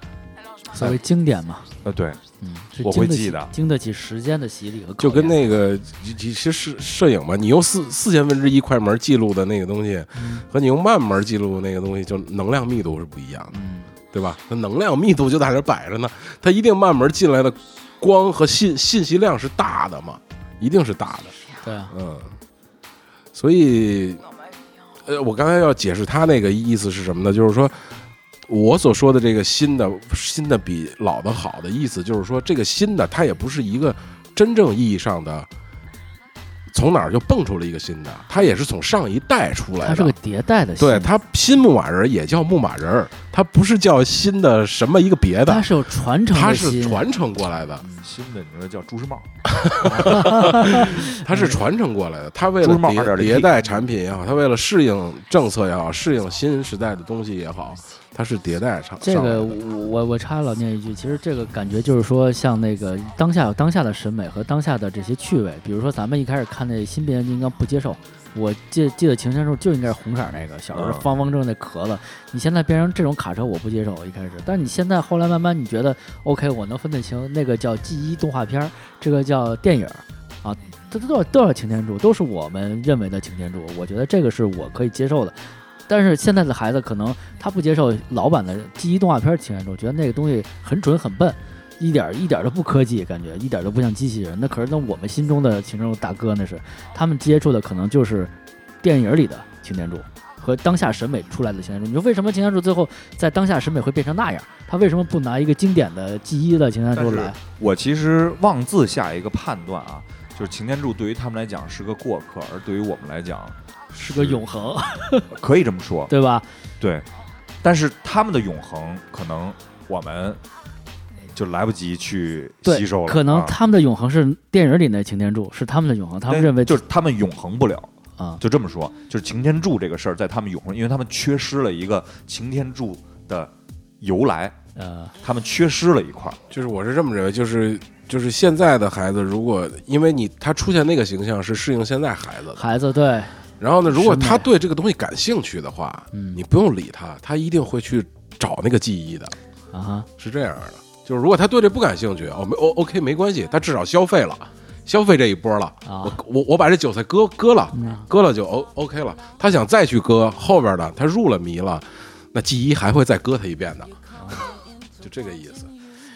D: 所谓经典嘛，
E: 呃，对，
D: 嗯，是
E: 我会
D: 经得
E: 记
D: 起
E: 得
D: 经得起时间的洗礼和考
C: 就跟
D: 验
C: 那个其其实摄摄影吧，你用四四千分之一快门记录的那个东西，
D: 嗯
C: 和你用慢门记录那个东西，就能量密度是不一样的，
D: 嗯
C: 对吧？它能量密度就在那儿摆着呢，它一定慢门进来的光和信信息量是大的嘛，一定是大的，
D: 对啊，
E: 呃
C: 嗯。所以，呃，我刚才要解释他那个意思是什么呢？就是说，我所说的这个新的新的比老的好的意思，就是说这个新的它也不是一个真正意义上的。从哪儿就蹦出了一个新的，它也是从上一代出来的，
D: 它是个迭代的
C: 对
D: 系统，
C: 它新牧马人儿也叫牧马人儿，它不是叫新的什么一个别
D: 它
C: 的，
D: 是有传承
C: 它
D: 的
C: 是
D: 心，
C: 传承过来的，
E: 嗯新的你说叫朱时茂。
C: 它是传承过来的。它为了
E: 朱时茂
C: 迭
E: 2.0
C: 迭代产品也好，它为了适应政策也好，适应新时代的东西也好，它是迭代上
D: 这
C: 上来
D: 个
C: 的。
D: 我我我插老念一句，其实这个感觉就是说，像那个当下有当下的审美和当下的这些趣味，比如说咱们一开始看那新变形金刚不接受，我记记得情深处就应该是红色那个，小时候
E: 嗯
D: 方方正那壳子，你现在变成这种卡车我不接受，我一开始，但是你现在后来慢慢你觉得 OK，我能分得清那个叫记忆动画片儿，这个叫电影儿啊。这都多少多少擎天柱，都是我们认为的擎天柱，我觉得这个是我可以接受的。但是现在的孩子可能他不接受老版的记忆动画片儿情人，我觉得那个东西很蠢很笨，一点儿一点儿都不科技，感觉一点儿都不像机器人。那可是那我们心中的情人大哥那是，他们接触的可能就是电影里的擎天柱和当下审美出来的擎天柱。你说为什么擎天柱最后在当下审美会变成那样？他为什么不拿一个经典的记忆的擎天柱
E: 但是
D: 来？
E: 我其实妄自下一个判断啊，就是擎天柱对于他们来讲是个过客，而对于我们来讲
D: 是个永恒，
E: 可以这么说，
D: 对吧？
E: 对。但是他们的永恒，可能我们就来不及去
D: 对
E: 吸收，了。
D: 可能
E: 啊
D: 他们的永恒是电影里那擎天柱，是他们的永恒，他们认为
E: 就是他们永恒不了，
D: 啊，
E: 就这么说，就是擎天柱这个事儿在他们永恒，因为他们缺失了一个擎天柱的由来，
D: 呃，
E: 他们缺失了一块儿。
C: 就是我是这么认为，就是就是现在的孩子，如果因为你他出现那个形象是适应现在孩子的，
D: 孩子对，
C: 然后呢，如果
D: 审美
C: 他对这个东西感兴趣的话，
D: 嗯
C: 你不用理他，他一定会去找那个记忆的，
D: 啊哈，
C: 是这样的。就是如果他对这不感兴趣，哦没哦 OK 没关系，他至少消费了，消费这一波了。
D: 啊
C: 我我我把这韭菜割割了，
D: 嗯
C: 割了就 O OK 了。他想再去割后边的，他入了迷了，那记忆还会再割他一遍的，就这个意思。
D: 哦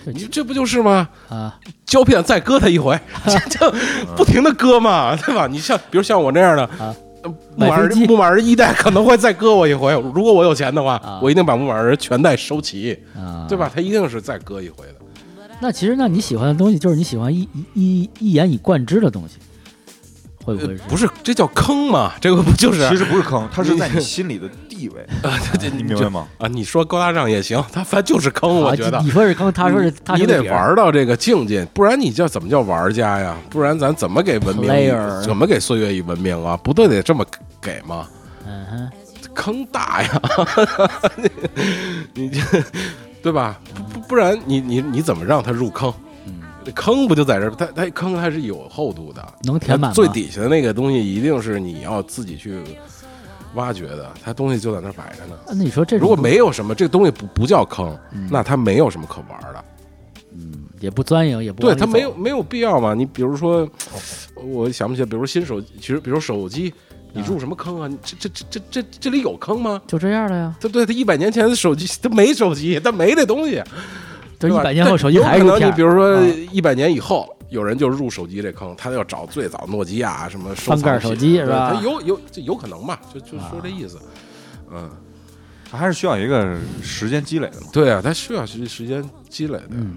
D: 这
C: 你这不就是吗？
D: 啊，
C: 胶片再割他一回， [laughs] 这这不停的割嘛，对吧？你像比如像我这样的
D: 啊，
C: 呃木马
D: 买
C: 人
D: 飞机
C: 木马人一代可能会再割我一回，如果我有钱的话
D: 啊，
C: 我一定把木马人全代收齐，
D: 啊，
C: 对吧？？他一定是再割一回的。
D: 那其实那你喜欢的东西就是你喜欢一一一一言以贯之的东西，会不
C: 呃
D: 会是？
C: 不是，这叫坑嘛？这个不
D: 啊
C: 就是
E: 其实不
D: [laughs]
E: 是坑，它是在你心里的地位，你明白吗？
C: 啊？你说高大上也行，他反正就是坑，我
D: 啊
C: 觉得
D: 你。说是坑，他说是他
C: 你
D: 说是
C: 得
D: 底儿
C: 玩到这个境界，不然你叫怎么叫玩家呀？不然咱怎么给文明以
D: Player
C: 怎么给岁月以文明啊？不对，得这么给吗？
D: 嗯哼，
C: 坑大呀！ [laughs] 你 [laughs] 这对吧？不不不然你你你怎么让他入坑？
D: 嗯，
C: 坑不就在这儿？它它坑它是有厚度的，
D: 能 [laughs] 填满吗
C: 最底下的那个东西一定是你要自己去挖掘的，它东西就在那儿摆着呢。
D: 啊那你说这
C: 如
D: 种
C: 果没有什么这个东西不不叫坑，
D: 嗯
C: 那它没有什么可玩的。
D: 也不钻营，也不
C: 对
D: 往里
C: 它没
D: 走哦
C: 有没有必要嘛？你比如说，我想不起来，比如新手机，其实比如手机，你
D: 啊
C: 入什么坑啊？你这这这这这这里有坑吗？
D: 就这样了呀。
C: 对对，他一百年前的手机，他没手机，他没这东西，
D: 就
C: 对
D: 一
C: 吧
D: 百年后
C: 但
D: 手机还是
C: 有
D: 录
C: 可能
D: 片
C: 你
D: 儿，
C: 比如说
D: 啊
C: 一百年以后，有人就入手机这坑，他要找最早诺基亚啊什么收
D: 翻盖
C: 藏
D: 手
C: 品
D: 机
C: 对
D: 是吧
C: 他有有这有可能吧？就就说
D: 啊
C: 这意思。嗯，
E: 它还是需要一个时间积累的嘛。
C: 对啊，他需要时时间积累的。
D: 嗯，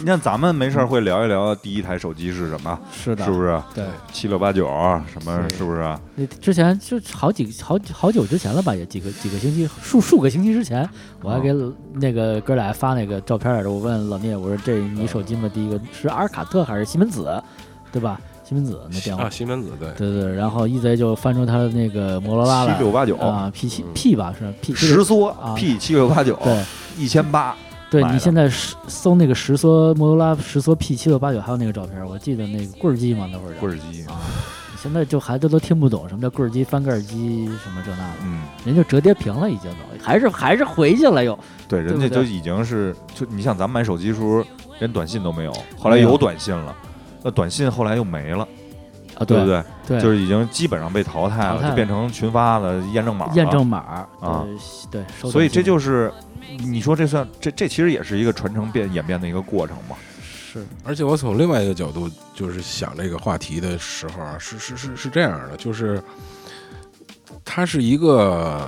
E: 你看咱们没事儿会聊一聊第一台手机是什么，
D: 是的，
E: 是不是？
D: 对，
E: 七六八九什么
D: 是
E: 是不是？
D: 那之前就好几好好久之前了吧，也几个几个星期，数数个星期之前，我还给
C: 哦
D: 那个哥俩发那个照片来着。我问老聂，我说这你手机嘛，第一个是阿尔卡特还是西门子，对吧？西门子那电话
C: 啊，，西门子对，
D: 对对。然后一贼就翻出他的那个摩托罗拉
E: 七六
D: 来
E: 八九嗯
D: 啊，P 七 P 吧是 P
E: 十缩
D: 啊
E: P 七六八九
D: 对
E: 一千八，
D: 对
E: 买的
D: 你现在是搜那个十缩摩托罗拉十缩 P 七六八九，还有那个照片，我记得那个棍儿机嘛，那会儿叫
E: 棍儿机，
D: 啊，现在就孩子都听不懂什么叫棍儿机、翻盖儿机什么这那的，
E: 嗯，
D: 人就折叠屏了，已经都还是还是回去了又。
E: 对，人
D: 对
E: 家
D: 不对
E: 就已经是就你像咱们买手机的时候，连短信都没有，后来
D: 没有
E: 有短信了，那短信后来又没了，
D: 啊，
E: 对不
D: 对
E: 对？
D: 对
E: 就是已经基本上被淘汰
D: 淘汰
E: 了，
D: 了
E: 就变成群发的验证码了
D: 验证码儿
E: 啊，
D: 对对，收
E: 所以
D: 短信
E: 这就是你说这算这这其实也是一个传承变演变的一个过程嘛。
D: 是
C: 而且我从另外一个角度，就是想这个话题的时候啊，是是是是这样的，就是它是一个，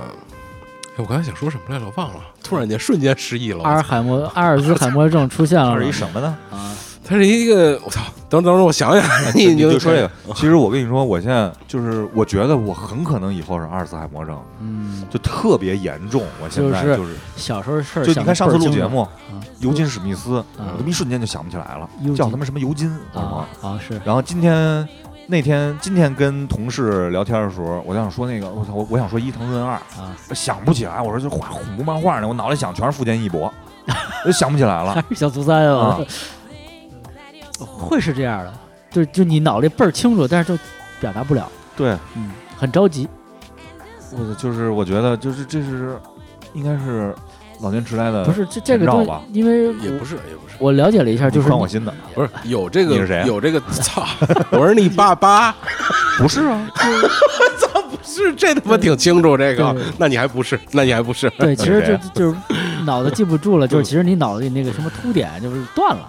C: 哎，我刚才想说什么来着，忘了，突然间瞬间失忆了。
D: 阿尔海默阿尔兹海默症出现了
E: 它是一什么呢？
D: 啊，
C: 它是一个，我操，等等等，我想
E: [laughs]
C: 想，你
E: 你就说这
C: 个，
E: 个。其实我跟你说，我现在就是我觉得我很可能以后是阿尔茨海默症，
D: 嗯，
E: 就特别严重。我现在
D: 就是
E: 就是
D: 小时候事儿
E: 就
D: 想得
E: 你看上次
D: 倍儿
E: 录
D: 清
E: 节
D: 楚
E: 目，
D: 啊
E: 尤金史密斯，
D: 啊
E: 我他妈一瞬间就想不起来了
D: 尤，金
E: 叫他妈什么尤金，我他妈
D: 啊啊是
E: 然后今天那天今天跟同事聊天的时候，我就想说那个，我操，我我想说伊藤润二，
D: 啊，
E: 想不起来，我说这画恐怖漫画呢，我脑袋想全是富坚
D: [laughs]
E: 义博，就想不起来
D: 还
E: 了。
D: 是小苏三啊， [laughs] 会是这样的，就就你脑袋倍儿清楚，但是就表达不了，
E: 对，
D: 嗯，很着急，
E: 我就是我觉得就是这是应该是老年痴呆
C: 呃
E: 的，
D: 不是这这个东
E: 绕吧
D: 西，因为
C: 也
D: 我
C: 不是也不是，
D: 我了解了一下，就是
E: 你穿
D: 你
E: 我心的，
C: 不是有这
E: 你是谁
C: 个
E: 啊
C: 有这个，操， [laughs] 我是你爸爸，
E: 不是啊，
C: 是这他妈挺清楚这个
D: 对，
C: 那你还不是，那你还不是， [laughs]
D: 对，其实
E: 谁
D: 就就
E: 呀
D: 是脑子记不住了，就是其实你脑子里那个什么凸点就是断了，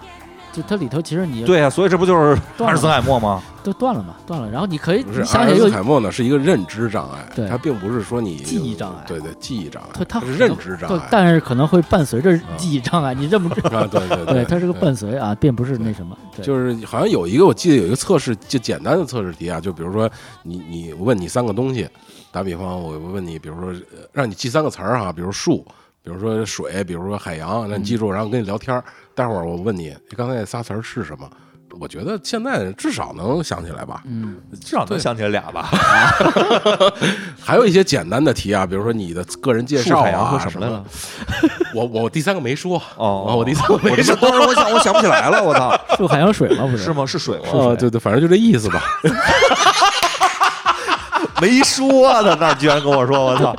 D: 就它里头其实你
E: 对啊，所以这不就是阿
D: 断
E: 尔茨
D: 了，
E: 海默吗？
D: 都断了嘛，断了，然后你可以
C: 不
D: 你
C: 是阿
D: 想
C: 尔
D: 起来
C: 茨
D: 又
C: 海默呢，是一个认知障碍，
D: 对
C: 它并不是说你
D: 记忆障碍
C: 对对，记忆障碍
D: 它，它
C: 是认知障
D: 对
C: 碍，嗯
D: 但是可能会伴随着记忆障碍，你认
C: [laughs]
D: 不知
C: 啊，对对
D: 对，它是个
C: 对
D: 伴随啊，并不是那什么，对，
C: 就是好像有一个，我记得有一个测试，就简单的测试题啊，就比如说你你我问你三个东西，打比方我问你，比如说呃让你记三个词儿哈，比如树，比如说
E: 嗯
C: 哎水，比如说海洋，让你记住，然后跟你聊天儿。待会儿我问你刚才那仨词儿是什么，我觉得现在至少能想起来吧。
D: 嗯，
E: 至少能想起来俩吧。
C: 还有一些简单的题啊，比如说你的个人介绍
E: 太阳
C: 啊
E: 和什么来
C: 的
E: 了。？
C: 我我第三个没说
E: 哦，
C: 我第三个
E: 我
C: 没
E: 这
C: 说
E: 当时我想我想不起来了，我操， [laughs]
D: 是不是海洋水吗？不
E: 是吗？是水吗？
C: 啊，对对，反正就这意思吧。
E: 没说呢，那儿居然跟我说，我操，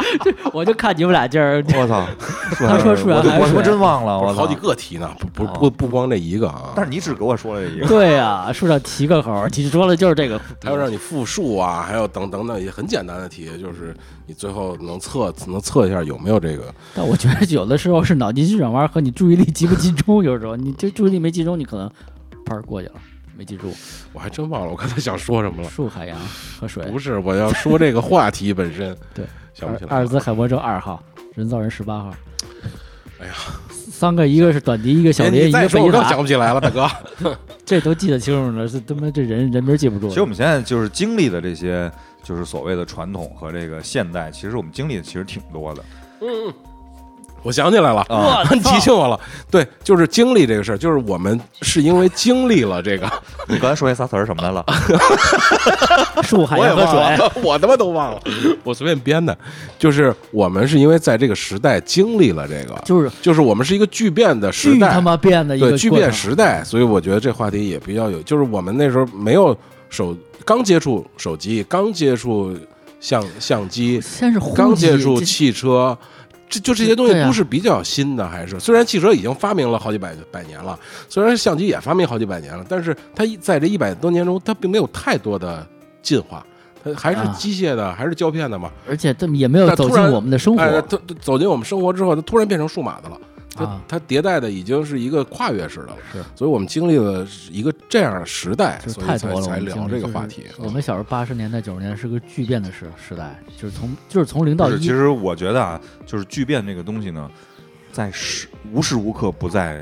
D: 我就看你们俩劲儿，
E: [laughs] 我操，哎
D: 他说水
E: 我
D: 还是
E: 啊我他妈
D: 水
E: 真忘了， [laughs] 我操
C: 好几。个题呢，不不
E: 哦
C: 不不光这一个啊。
E: 但是你只给我说了一
D: [laughs]
E: 个，
D: 对呀，树上提个猴，你说的就是这个。
C: 还有让你复述啊，还有等等等，也很简单的题，就是你最后能测能测一下有没有这个。
D: 但我觉得有的时候是脑筋急转弯和你注意力集不集中，有时候你这注意力没集中，你可能拍儿过去了，没记住。
C: 我还真忘了我刚才想说什么
D: [laughs]
C: 了。
D: 树、海洋和水，，
C: 不是，我要说这个话题本身
D: [laughs] 对，
C: 想不起来了。
D: 阿尔兹海默症二号，人造人十八号。
C: 哎呀，
D: 三个，一个是短笛，一个小
C: 哎
D: 蝶，
C: 你
D: 一个
C: 再
D: 贝
C: 说我
D: 吉
C: 更
D: 塔
C: 想，不起来了，大
D: [laughs]
C: 哥。
D: 这都记得清楚了。这他妈这人人名记不住了。
E: 其实我们现在就是经历的这些，就是所谓的传统和这个现代，其实我们经历的其实挺多的
C: 我想起来了，
E: 啊。
C: [laughs] 你提醒我了。对，就是经历这个事儿，就是我们是因为经历了这个，
E: 你刚才说那仨词儿什么来了？
D: [laughs] 树、海
C: 我也
D: 洋和
C: 忘
D: 水，
C: 了，我他妈都忘了，我随便编的。就是我们是因为在这个时代经历了这个，
D: 就是
C: 就是我们是一个巨变的时
D: 巨
C: 代，
D: 他妈变的一个
C: 对巨
D: 过
C: 变
D: 程
C: 时代，所以我觉得这话题也比较有，就是我们那时候没有手，刚接触手机，刚接触相相机，
D: 先是呼
C: 刚
D: 吸
C: 接触
D: 这
C: 汽车，这就这些东
D: 对
C: 西
D: 啊
C: 都是比较新的，还是虽然汽车已经发明了好几百百年了，虽然相机也发明好几百年了，但是它一在这一百多年中，它并没有太多的进化。它还是
D: 啊
C: 机械的，还是胶片的嘛？
D: 而且他们也没有
C: 但
D: 走
C: 突
D: 进
C: 然
D: 我们的生活。
C: 哎，它它走进我们生活之后，它突然变成数码的了。它、
D: 啊
C: 它迭代的已经是一个跨越式的了。
D: 是，
C: 所以我们经历了一个这样的时代，
D: 就是
C: 所以
D: 太
C: 才
D: 多了，我
C: 才
D: 们
C: 聊
D: 经历
C: 这个
D: 就是
C: 话题。啊
D: 我们小时候八十年代、九十年代是个巨变的时时代，就是从就是从零到
E: 就是，其
D: 一，
E: 实我觉得啊，就是巨变这个东西呢，在时无时无刻不在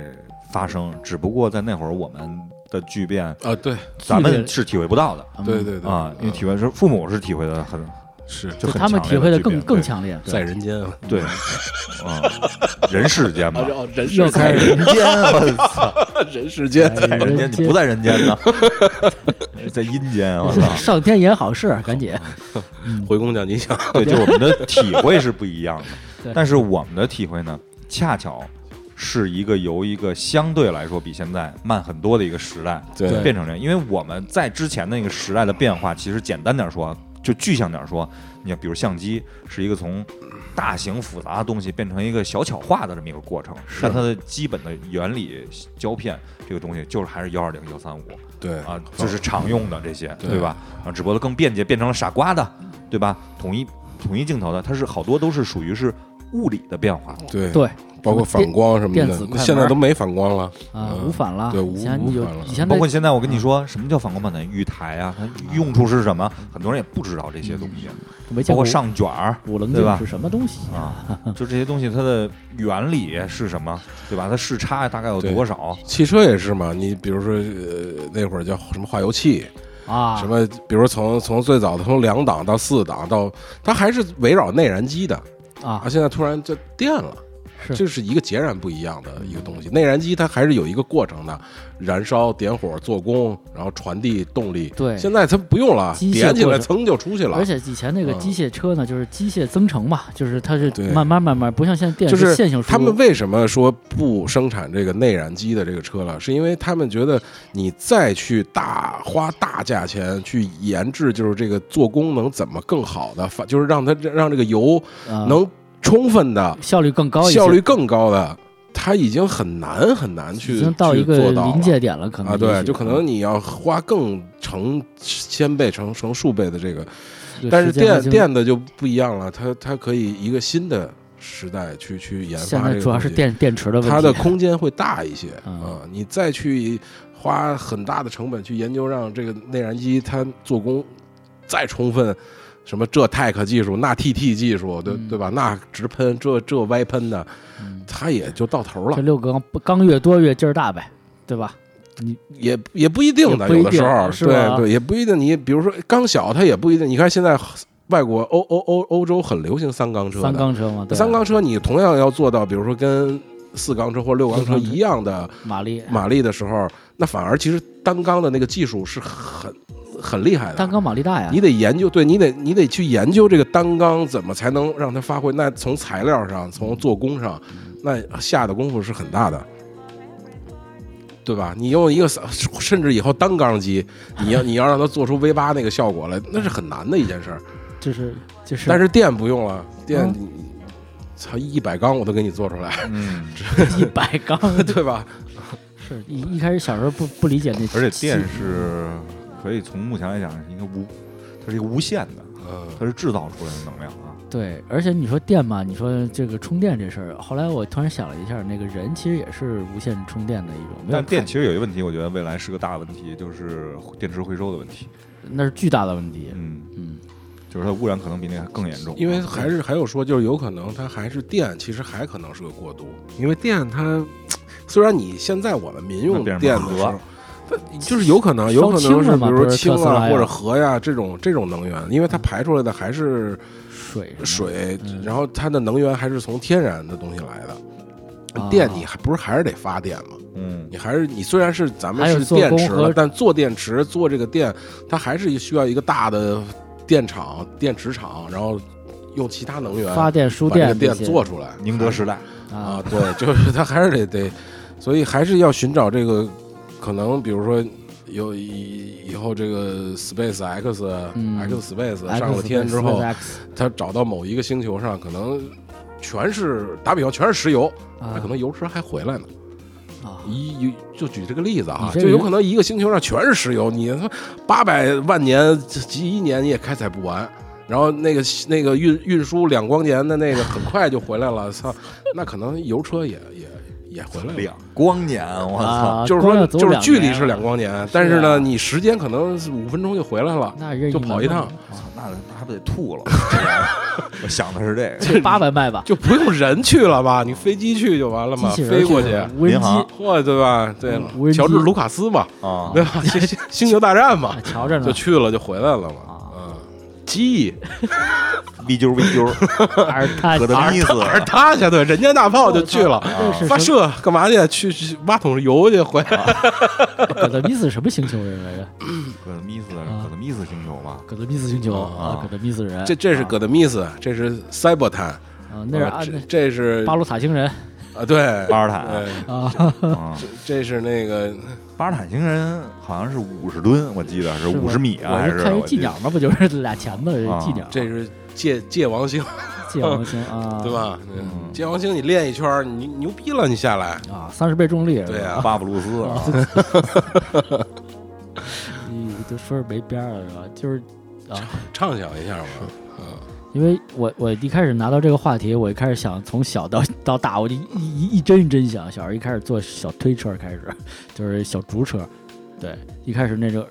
E: 发生，只不过在那会儿我们的巨变，
C: 啊，对
E: 咱们是体会不到的
D: 嗯
C: 对，对对
E: 啊，因
C: 嗯
E: 为体会是父母是体会的很，
C: 是
E: 就
D: 就
E: 很
D: 他们
E: 强烈
D: 体会的
E: 巨变
D: 更更强烈。对
C: 在人间啊，
E: 对，啊，人世间嘛，
C: 哦，人
D: 又开始
E: 人间，我操，
C: 人世间
D: 哎
E: 人
D: 人
E: 间你不在人间呢， [laughs] 在阴
D: [laughs]
E: 间，我操
D: 间，上天言好事，赶
C: [laughs]
D: 紧
C: 回宫降吉祥，
E: [laughs] 对，就我们的体会是不一样的
D: 对，
E: 但是我们的体会呢，恰巧是一个由一个相对来说比现在慢很多的一个时代
C: 对
E: 变成这样，因为我们在之前那个时代的变化，其实简单点说，就具象点说，你看比如相机是一个从大型复杂的东西变成一个小巧化的这么一个过程，但它的基本的原理胶片这个东西就是还是幺二零幺三五。
C: 对
D: 嗯
E: 啊，就是常用的这些，
C: 对
E: 对吧？啊，只不过更便捷，变成了傻瓜的，对吧？统一统一镜头的，它是好多都是属于是物理的变化，
C: 对
D: 对
C: 包括反光什么
D: 电电子
C: 的，
D: 快门
C: 现在都没反光了，
D: 啊，
C: 嗯
D: 无反了。
C: 对
D: 以前
C: 无无
D: 有
C: 反了
D: 以前
E: 包
D: 的
E: 括现在我跟你说，什么叫反光板的玉台啊？它用处是什么？很多人也不知道这些东西，
D: 没见过
E: 包括上卷儿
D: 五棱
E: 对
D: 镜
E: 吧
D: 是什么东西？
E: 啊，就这些东西它的原理是什么，对吧？它视差大概有
C: 对
E: 多少？
C: 汽车也是嘛，你比如说呃那会儿叫什么化油器，
D: 啊，
C: [laughs] 什么比如说从从最早的从两档到四档到，它还是围绕内燃机的，
D: 啊
C: 啊，？现在突然就电了。
D: 是
C: 这是一个截然不一样的一个东西。内燃机它还是有一个过程的，燃烧、点火、做工，然后传递动力。
D: 对
C: 现在它不用了，
D: 机械
C: 点起
D: 过
C: 来
D: 程
C: 噌就出去了
D: 而。且以前那个
C: 嗯
D: 机械车呢，就是机械增程嘛，就是它是
C: 对
D: 慢慢慢慢，不像现在电
C: 就
D: 视
C: 是
D: 线性输
C: 他们
D: 入。
C: 为什么说不生产这个内燃机的这个车了？是因为他们觉得你再去大花大价钱去研制，就是这个做工能怎么更好的，发就是让它让这个油
D: 啊
C: 能充分的、
D: 效率更高一些，
C: 效率更高的，它已经很难很难去
D: 已经到
C: 去
D: 一个
C: 做到
D: 临
C: 了
D: 界点了，可能
C: 啊，
D: 也
C: 对，
D: 许嗯
C: 就可能你要花更成千倍、成成数倍的这个，
D: 这个
C: 但是
D: 时间
C: 电
D: 和精力
C: 电的就不一样了，它它可以一个新的时代去去研
D: 现
C: 发这
D: 在
C: 个
D: 主要
C: 东
D: 是
C: 西，
D: 电电池的问题，
C: 它的空间会大一些
D: 嗯
C: 啊，你再去花很大的成本去研究让这个内燃机它做工再充分。什么这 tech 技术，那 TT 技术，对
D: 嗯
C: 对吧？那直喷，这这歪喷的，
D: 嗯
C: 它也就到头
D: 这
C: 了，
D: 六缸缸越多越劲儿大呗，对吧？
C: 也也不一定的，
D: 也不
C: 有的
D: 一
C: 时
D: 定
C: 候，
D: 是吧
C: 对对，也不一定。你比如说缸小，它也不一定。你看现在外国欧欧欧欧洲很流行三缸车的，
D: 三缸车嘛，对吧
C: 三缸车你同样要做到，比如说跟四缸车或者六缸车
D: 六缸车
C: 一样的
D: 马力，
C: 马力的时候，那反而其实单缸的那个技术是很很厉害的。
D: 单缸马力大呀，
C: 你得研究，对你得你得去研究这个单缸怎么才能让它发挥。那从材料上，从做工上，那下的功夫是很大的，对吧？你用一个三甚至以后单缸机，你要你要让它做出 V 八那个效果来，那是很难的一件事儿。
D: 就是就是，
C: 但是电不用了，电
D: 嗯
C: 你操一百缸我都给你做出来， [laughs]
E: 嗯，
D: 一百缸
C: 对吧？
D: 是一一开始小时候不不理解那，
E: 而且电是可以从目前来讲是一个无，它是一个无限的，
D: 呃
C: 嗯，
E: 它是制造出来的能量啊。
D: 对，而且你说电吧，你说这个充电这事儿，后来我突然想了一下，那个人其实也是无线充电的一种，没有
E: 但电
D: 看
E: 其实有一个问题，我觉得未来是个大问题，就是电池回收的问题。
D: 那是巨大的问题，
E: 嗯，
D: 嗯，
E: 就是它污染可能比那个更严重，嗯
C: 因为还是还有说，就是有可能它还是电，其实还可能是个过渡，因为电它虽然你现在我们民用电
E: 那变
C: 的
E: 成
C: 时
E: 核
C: 候，它就是有可能有可
D: 烧氢
C: 能是
D: 了
C: 比
D: 嘛
C: 如说
D: 不是
C: 氢
D: 特斯拉
C: 啊
D: 呀
C: 或者核呀这种这种能源，因为它排出来的还是
D: 水是吗
C: 水，
D: 嗯
C: 然后它的能源还是从天然的东西来
D: 啊
C: 的，电你还不是还是得发电吗？
E: 嗯，
C: 你还是你虽然是咱们
D: 还有
C: 是
D: 做
C: 电
D: 工
C: 池
D: 和
C: 了，但做电池做这个电，它还是需要一个大的电厂、电池厂，然后用其他能源
D: 啊发电输
C: 把这个
D: 这
C: 电
D: 些
C: 做出来。
E: 宁德时代，
D: 啊
C: 啊，，对， [laughs] 就是它还是得得，所以还是要寻找这个可能，比如说有以以后这个 Space X、
D: 嗯
C: X Space
D: X
C: 上了天之后，
D: SpaceX
C: 它找到某一个星球上可能。全是打比方，全是石油，
D: 啊
C: 它可能油池还回来呢。
D: 啊，
C: 一一就举这个例子啊，
D: 你这
C: 就有
D: 人
C: 可能一个星球上全是石油，你他妈八百万年几亿年你也开采不完，然后那个那个运运输两光年的那个很快就回来了，
D: [laughs]
C: 操，那可能油车也也也回来了。
E: 两光年，我操，
D: 嗯啊
C: 就是
D: 光
C: 说，
D: 要走
C: 就是
D: 两
C: 距离
D: 年啊
C: 是两光年，但是呢，你时间可能是五分钟就回来了。
D: 那任意
C: 就跑
D: 门
C: 一
D: 嘛
C: 趟，
D: 啊
E: 那那不得吐
D: [laughs]
E: 了？我想的是这个。
D: 这八百迈吧，
C: 就不用人去了吧？你飞机去就完了嘛，
D: 机器人
C: 飞
D: 去
C: 过去，
D: 无人
E: 民航
D: 机
C: 嚯，对吧？对
D: 无人，机哦
C: 乔治·卢卡斯嘛，
E: 啊
C: 对
D: [laughs]
C: 吧？星星星球大战嘛
D: 啊，，瞧着呢
C: 就，去了就回来了嘛
D: 啊。
C: 嗯，机翼
E: ，V 揪 V 揪，
D: [laughs] 而他
E: [laughs] 可得逼死，
C: 而他去对，人家大炮就去了，
D: 哦
C: 啊
D: 这是哦
C: 发
D: 什
C: 射干嘛去？去去挖桶油去回来。
D: 么葛德米斯什么星球人来着？
E: 可得逼死，可得
D: 啊
E: 逼死星球吧？
D: 葛德米斯星球
E: 啊
D: 啊，葛德米斯人，
C: [laughs] 这这是戈德密斯，这是塞伯坦，
D: 啊那是
C: 啊
D: 啊
C: 这
D: 那
C: 这是
D: 巴鲁塔星人
C: 啊对
E: 巴尔坦
C: 对
D: 啊，
E: 啊，
C: 这是那个
E: 巴尔坦星人好像是五十吨，我记得是
D: 吗
E: 五十米啊，
D: 我
E: 还
D: 是看一
E: 我
D: 寄
E: 记得
D: 鸟嘛，不就是 [laughs] 俩钳子
E: 啊
D: 寄鸟？
C: 这是界界王星
D: 寄鸟星啊，
C: [laughs] 对？吧？
E: 嗯
C: 界王星你练一圈儿，你牛逼了，你下来。
D: 啊，三十倍重力，
C: 对啊，
E: 巴布鲁斯啊，
D: 你都说是没边儿了是吧？
C: [laughs]
D: 就是啊，
C: 畅想一下吧。
D: 因为我我一开始拿到这个话题，我一开始想从小到到大，我就一一一针一针想。小时候一开始坐小推车开始，就是小竹车，对，一开始那种。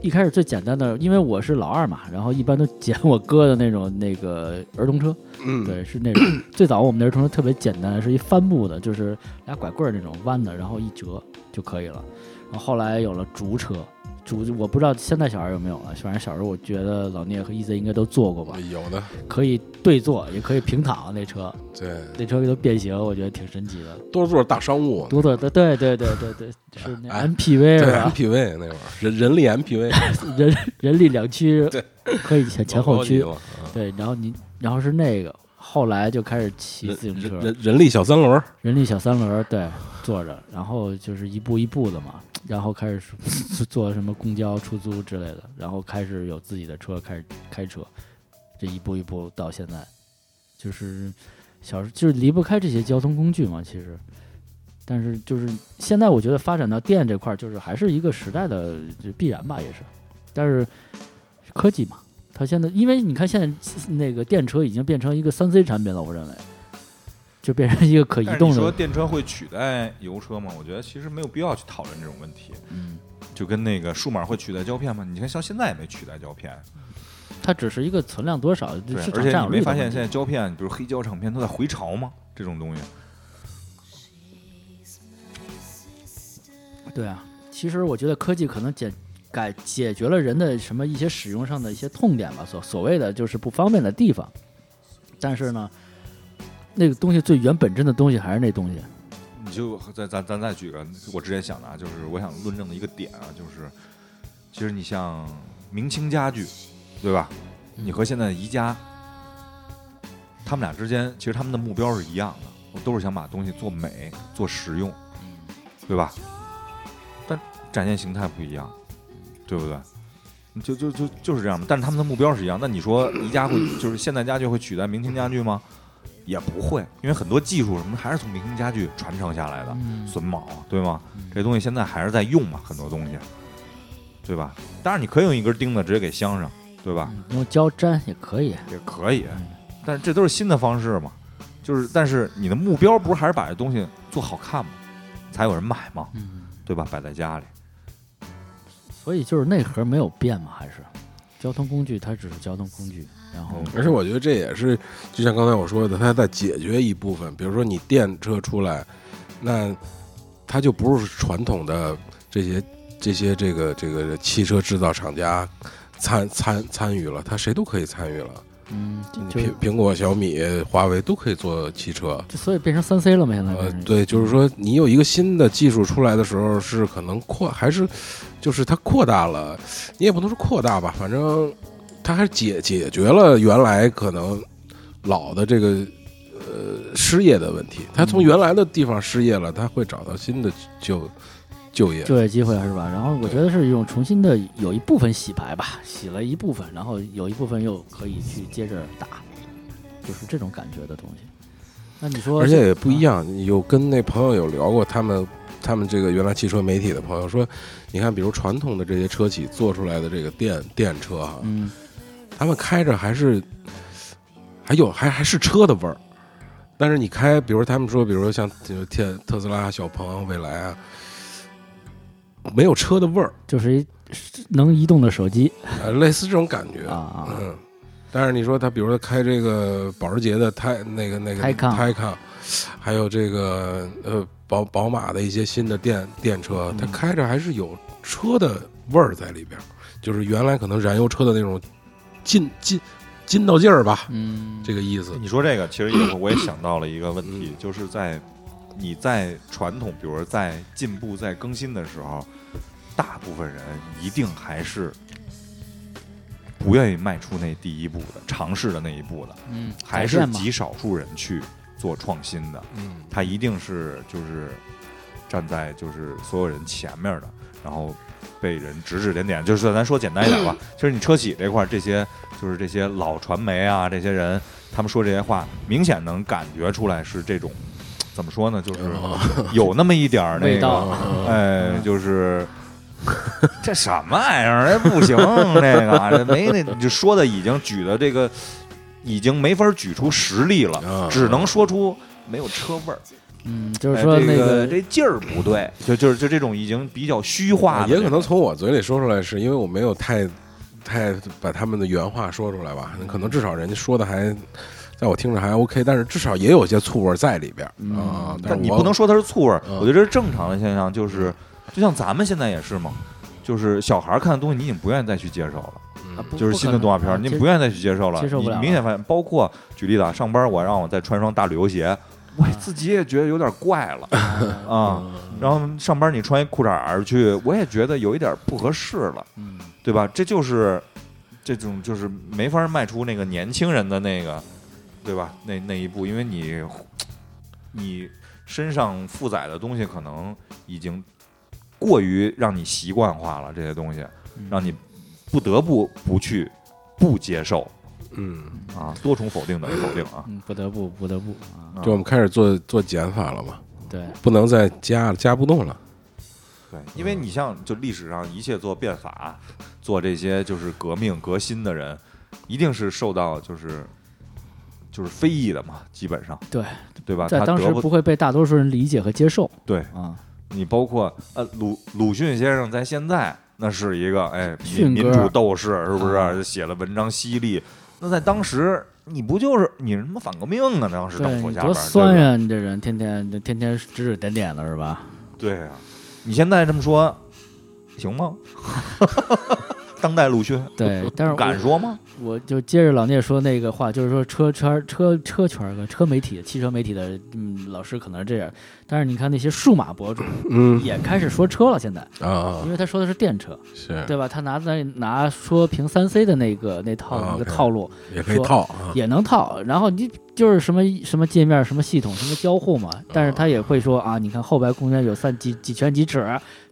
D: 一开始最简单的，因为我是老二嘛，然后一般都捡我哥的那种那个儿童车，
C: 嗯，
D: 对，是那种最早我们那儿童车特别简单，是一帆布的，就是俩拐棍儿那种弯的，然后一折就可以了。然后后来有了竹车，竹我不知道现在小孩有没有了，反正小时候我觉得老聂和 EZ 应该都坐过吧，
C: 有的
D: 可以对坐，也可以平躺那车，
C: 对，
D: 那车都变形，我觉得挺神奇的。
C: 多座大商务，
D: 多坐对对对对对对，是那
C: 哎
D: MPV
C: 对
D: 是啊吧？
C: MPV 那会儿人人力 MPV
D: 人人力两驱
C: 对，
D: 可以 [laughs] 前前
C: 老
D: 后
C: 高级
D: 驱
C: 了，嗯
D: 对，然后你然后是那个。后来就开始骑自行车，
C: 人人力小三轮儿，
D: 人力小三轮儿，对，坐着，然后就是一步一步的嘛，然后开始坐 [laughs] 坐什么公交、出租之类的，然后开始有自己的车，开始开车，这一步一步到现在，就是小时就是离不开这些交通工具嘛，其实，但是就是现在我觉得发展到电这块，儿，就是还是一个时代的就必然吧，也是，但是科技嘛，它现在因为你看现在那个电车已经变成一个三 C 产品了，我认为。就变成一个可移
E: 但是
D: 动
E: 你
D: 的
E: 说电车会取代油车吗？我觉得其实没有必要去讨论这种问题。
D: 嗯，
E: 就跟那个数码会取代胶片吗？你看像现在也没取代胶片，
D: 它只是一个存量多少，
E: 对
D: 市，
E: 而
D: 场
E: 且
D: 占
E: 你
D: 有
E: 没
D: 率
E: 发
D: 的
E: 现
D: 问题
E: 现在胶片，比如黑胶唱片，它在回潮吗？这种东西，
D: 对啊，其实我觉得科技可能解改解决了人的什么一些使用上的一些痛点吧，所所谓的就是不方便的地方。但是呢，那个东西最原本真的东西还是那东西，
E: 就再咱咱再举个我之前想的啊，就是我想论证的一个点啊，就是其实你像明清家具，对吧？
D: 嗯
E: 你和现在的宜家，他们俩之间其实他们的目标是一样的，我都是想把东西做美、做实用，对吧？但展现形态不一样，对不对？就就就就是这样嘛。但是他们的目标是一样。那你说宜家会就是现代家具会取代明清家具吗？也不会，因为很多技术什么还是从明清家具传承下来的，
D: 嗯
E: 榫卯啊对吗
D: 嗯？
E: 这东西现在还是在用嘛，很多东西，对吧？当然你可以用一根钉子直接给镶上，对吧？
D: 嗯用胶粘也可以，
E: 也可以
D: 嗯，
E: 但是这都是新的方式嘛。就是，但是你的目标不是还是把这东西做好看吗？才有人买嘛，
D: 嗯，
E: 对吧？摆在家里，
D: 所以就是内核没有变嘛，还是交通工具，它只是交通工具，然后
E: 嗯
C: 而且我觉得这也是，就像刚才我说的，它在解决一部分，比如说你电车出来，那它就不是传统的这些这些这个这个汽车制造厂家参参参与了，它谁都可以参与了，
D: 嗯，就就
C: 苹苹果、小米、华为都可以做汽车。
D: 就所以变成三 C 了嘛，现在
C: 呃
D: 变成，
C: 对，就是说你有一个新的技术出来的时候，是可能扩还是就是它扩大了，你也不能说扩大吧，反正它还是解解决了原来可能老的这个呃失业的问题。他从
D: 嗯
C: 原来的地方失业了，他会找到新的就就业。
D: 就业机会是吧？然后我觉得是一种重新的，有一部分洗牌吧，洗了一部分，然后有一部分又可以去接着打，就是这种感觉的东西。那你说，
C: 而且也不
D: 嗯
C: 一样。有跟那朋友有聊过，他们他们这个原来汽车媒体的朋友说，你看，比如传统的这些车企做出来的这个电电车哈，
D: 嗯，
C: 他们开着还是还有还还是车的味儿。但是你开，比如他们说，比如像就特特斯拉、小鹏啊、蔚来啊，没有车的味儿，
D: 嗯就是一能移动的手机
C: 呃，类似这种感觉
D: 啊。啊，
C: 嗯，但是你说他，比如说开这个保时捷的泰那个那个
D: Taycan
C: 还有这个呃宝宝马的一些新的电电车，它开着还是有车的味儿在里边儿，就是原来可能燃油车的那种劲劲劲到劲儿吧，
D: 嗯，
C: 这个意思。
E: 你说这个，其实也我也想到了一个问题，就是在你在传统，比如说在进步、在更新的时候，大部分人一定还是不愿意迈出那第一步的，尝试的那一步的，
D: 嗯，
E: 还
D: 改
E: 是
D: 变嘛
E: 极少数人去做创新的。
C: 嗯，
E: 他一定是就是站在就是所有人前面的，然后被人指指点 [coughs] 点。就是咱说简单一点吧，就是你车企这块儿这些就是这些老传媒啊，这些人他们说这些话，明显能感觉出来是这种怎么说呢，就是 [laughs] 有那么一点儿那
D: 味道
E: 个，哎，就是。 [laughs] 这什么玩意儿？这不行，这个这没那，你就说的已经举的这个，已经没法举出实力了，
C: 啊
E: 只能说出没有车味儿。
D: 嗯，就是说
E: 哎
D: 那
E: 这
D: 个
E: 这劲儿不对， [laughs] 就就是就这种已经比较虚化的这
C: 啊也
E: 种，
C: 可能从我嘴里说出来，是因为我没有太太把他们的原话说出来吧，可能至少人家说的还。在我听着还 OK，但是至少也有一些醋味儿在里边儿
D: 嗯
C: 啊。
E: 但你
C: 我
E: 不能说它是醋味儿，
C: 嗯
E: 我觉得这是正常的现象，就是就像咱们现在也是嘛。就是小孩儿看的东西，你已经不愿意再去接受了，
D: 啊不
E: 就是
D: 不可
E: 新的
D: 能
E: 动画片
D: 啊
E: 儿，你
D: 接
E: 不愿意再去接受了。
D: 接受不了
E: 你明显发现，包括举例子啊，上班我让我再穿双大旅游鞋，我
D: 啊
E: 自己也觉得有点怪了 [laughs] 啊。
D: 嗯
E: 然后上班你穿一裤衩儿去，我也觉得有一点儿不合适了。
D: 嗯
E: 对吧？这就是这种就是没法迈出那个年轻人的那个，对吧？那那一步，因为你你身上负载的东西可能已经过于让你习惯化了，这些东西
D: 嗯
E: 让你不得不不去不接受
C: 嗯，
E: 啊，多重否定等于否定啊。
D: 嗯，不得不不得不啊，
E: 啊
C: 就我们开始做做减法了嘛，
D: 对，
C: 不能再加了，加不动了。
E: 对，因为你像就历史上一切做变法、做这些就是革命革新的人，一定是受到就是就是非议的嘛，基本上
D: [laughs] 对
E: 对吧？
D: 在
E: 他
D: 当时
E: 得不
D: 不会被大多数人理解和接受
E: 对
D: 啊，
E: 你包括呃鲁鲁迅先生在现在那是一个哎民
D: 迅哥
E: 民主斗士，是不
D: 啊
E: 是写了文章犀利？那在当时你不就是你是他妈反革命啊？当时政
D: 对
E: 府
D: 你
E: 下
D: 多
E: 边
D: 酸呀！你这人天天天天指指点点的是
E: [laughs]
D: 吧？ [laughs]
E: 对啊，你现在这么说行吗？当代陆逊，
D: 对，但是
E: 敢
D: 我
E: 说吗？
D: 我就接着老聂说那个话，就是说车圈儿、车车圈儿和车媒体、汽车媒体的嗯老师可能是这样，但是你看那些数码博主
C: 嗯
D: 也开始说车了，现在，
C: 啊嗯啊
D: 因为他说的是电车，
C: 是
D: 对吧？他拿在拿说评三 C 的那个那套
C: 啊
D: 那个
C: OK
D: 套路
C: 也可以套啊，
D: 也能套，然后你就是什么什么界面、什么系统、什么交互嘛，但是他也会说啊，你看后排空间有散几几拳几尺，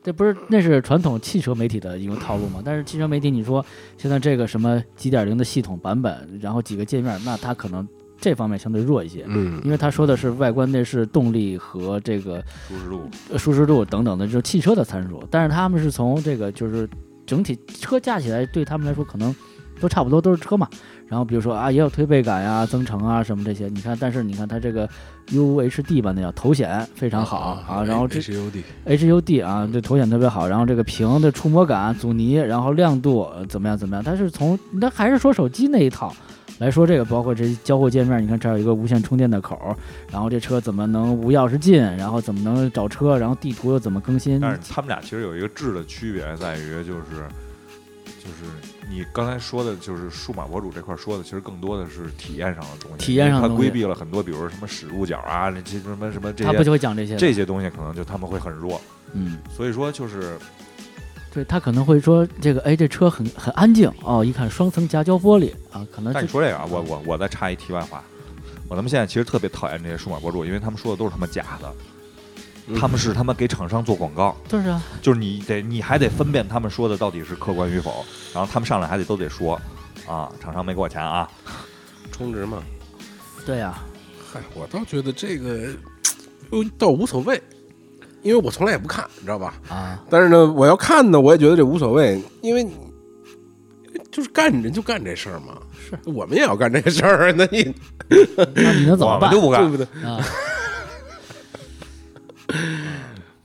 D: 这不是那是传统汽车媒体的一个套路嘛？但是汽车媒体你说现在这个什么几点零的系统版本，然后几个界面，那它可能这方面相对弱一些。
C: 嗯
D: 因为他说的是外观内饰、动力和这个
E: 舒适度，
D: 呃舒适度等等的，就是汽车的参数。但是他们是从这个就是整体车架起来，对他们来说可能都差不多，都是车嘛。然后比如说啊，也有推背感呀、增程啊什么这些。你看，但是你看它这个 UHD 吧，那叫头显非常好啊。然后
C: 哎
D: 这
C: HUD
D: HUD 啊，这头显特别好。然后这个屏的触摸感、阻尼，然后亮度、呃怎么样怎么样？它是从那还是说手机那一套。来说这个，包括这交互界面，你看这儿有一个无线充电的口儿，然后这车怎么能无钥匙进，然后怎么能找车，然后地图又怎么更新？
E: 但是他们俩其实有一个质的区别，在于就是就是你刚才说的，就是数码博主这块说的，其实更多的是体验上的东西。
D: 体验上的
E: 他
D: 东西
E: 规避了很多，比如什么使物角啊，这这什么什么这
D: 他不
E: 些
D: 就会讲这些？
E: 这些东西，可能就他们会很弱。
D: 嗯，
E: 所以说就是
D: 对他可能会说这个，哎，这车很很安静哦，一看双层夹胶玻璃啊，可能
E: 但你
D: 就
E: 说这个啊，我我我再插一题外话，我他妈现在其实特别讨厌这些数码博主，因为他们说的都是他妈假的，
D: 嗯
E: 他们是他妈给厂商做广告，
D: 就是啊，
E: 就是你得你还得分辨他们说的到底是客观与否，然后他们上来还得都得说啊，厂商没给我钱啊，
C: 充值嘛，
D: 对呀、
C: 嗨，我倒觉得这个又倒无所谓，因为我从来也不看，你知道吧？
D: 啊，啊，
C: 但是呢，我要看呢，我也觉得这无所谓，因为你就是干人就干这事儿嘛。是，我们也要干这事儿，那你
D: 那你能怎么
E: 我们
D: 办
E: 就不
C: 对
E: 干
C: 不，对？
D: 啊？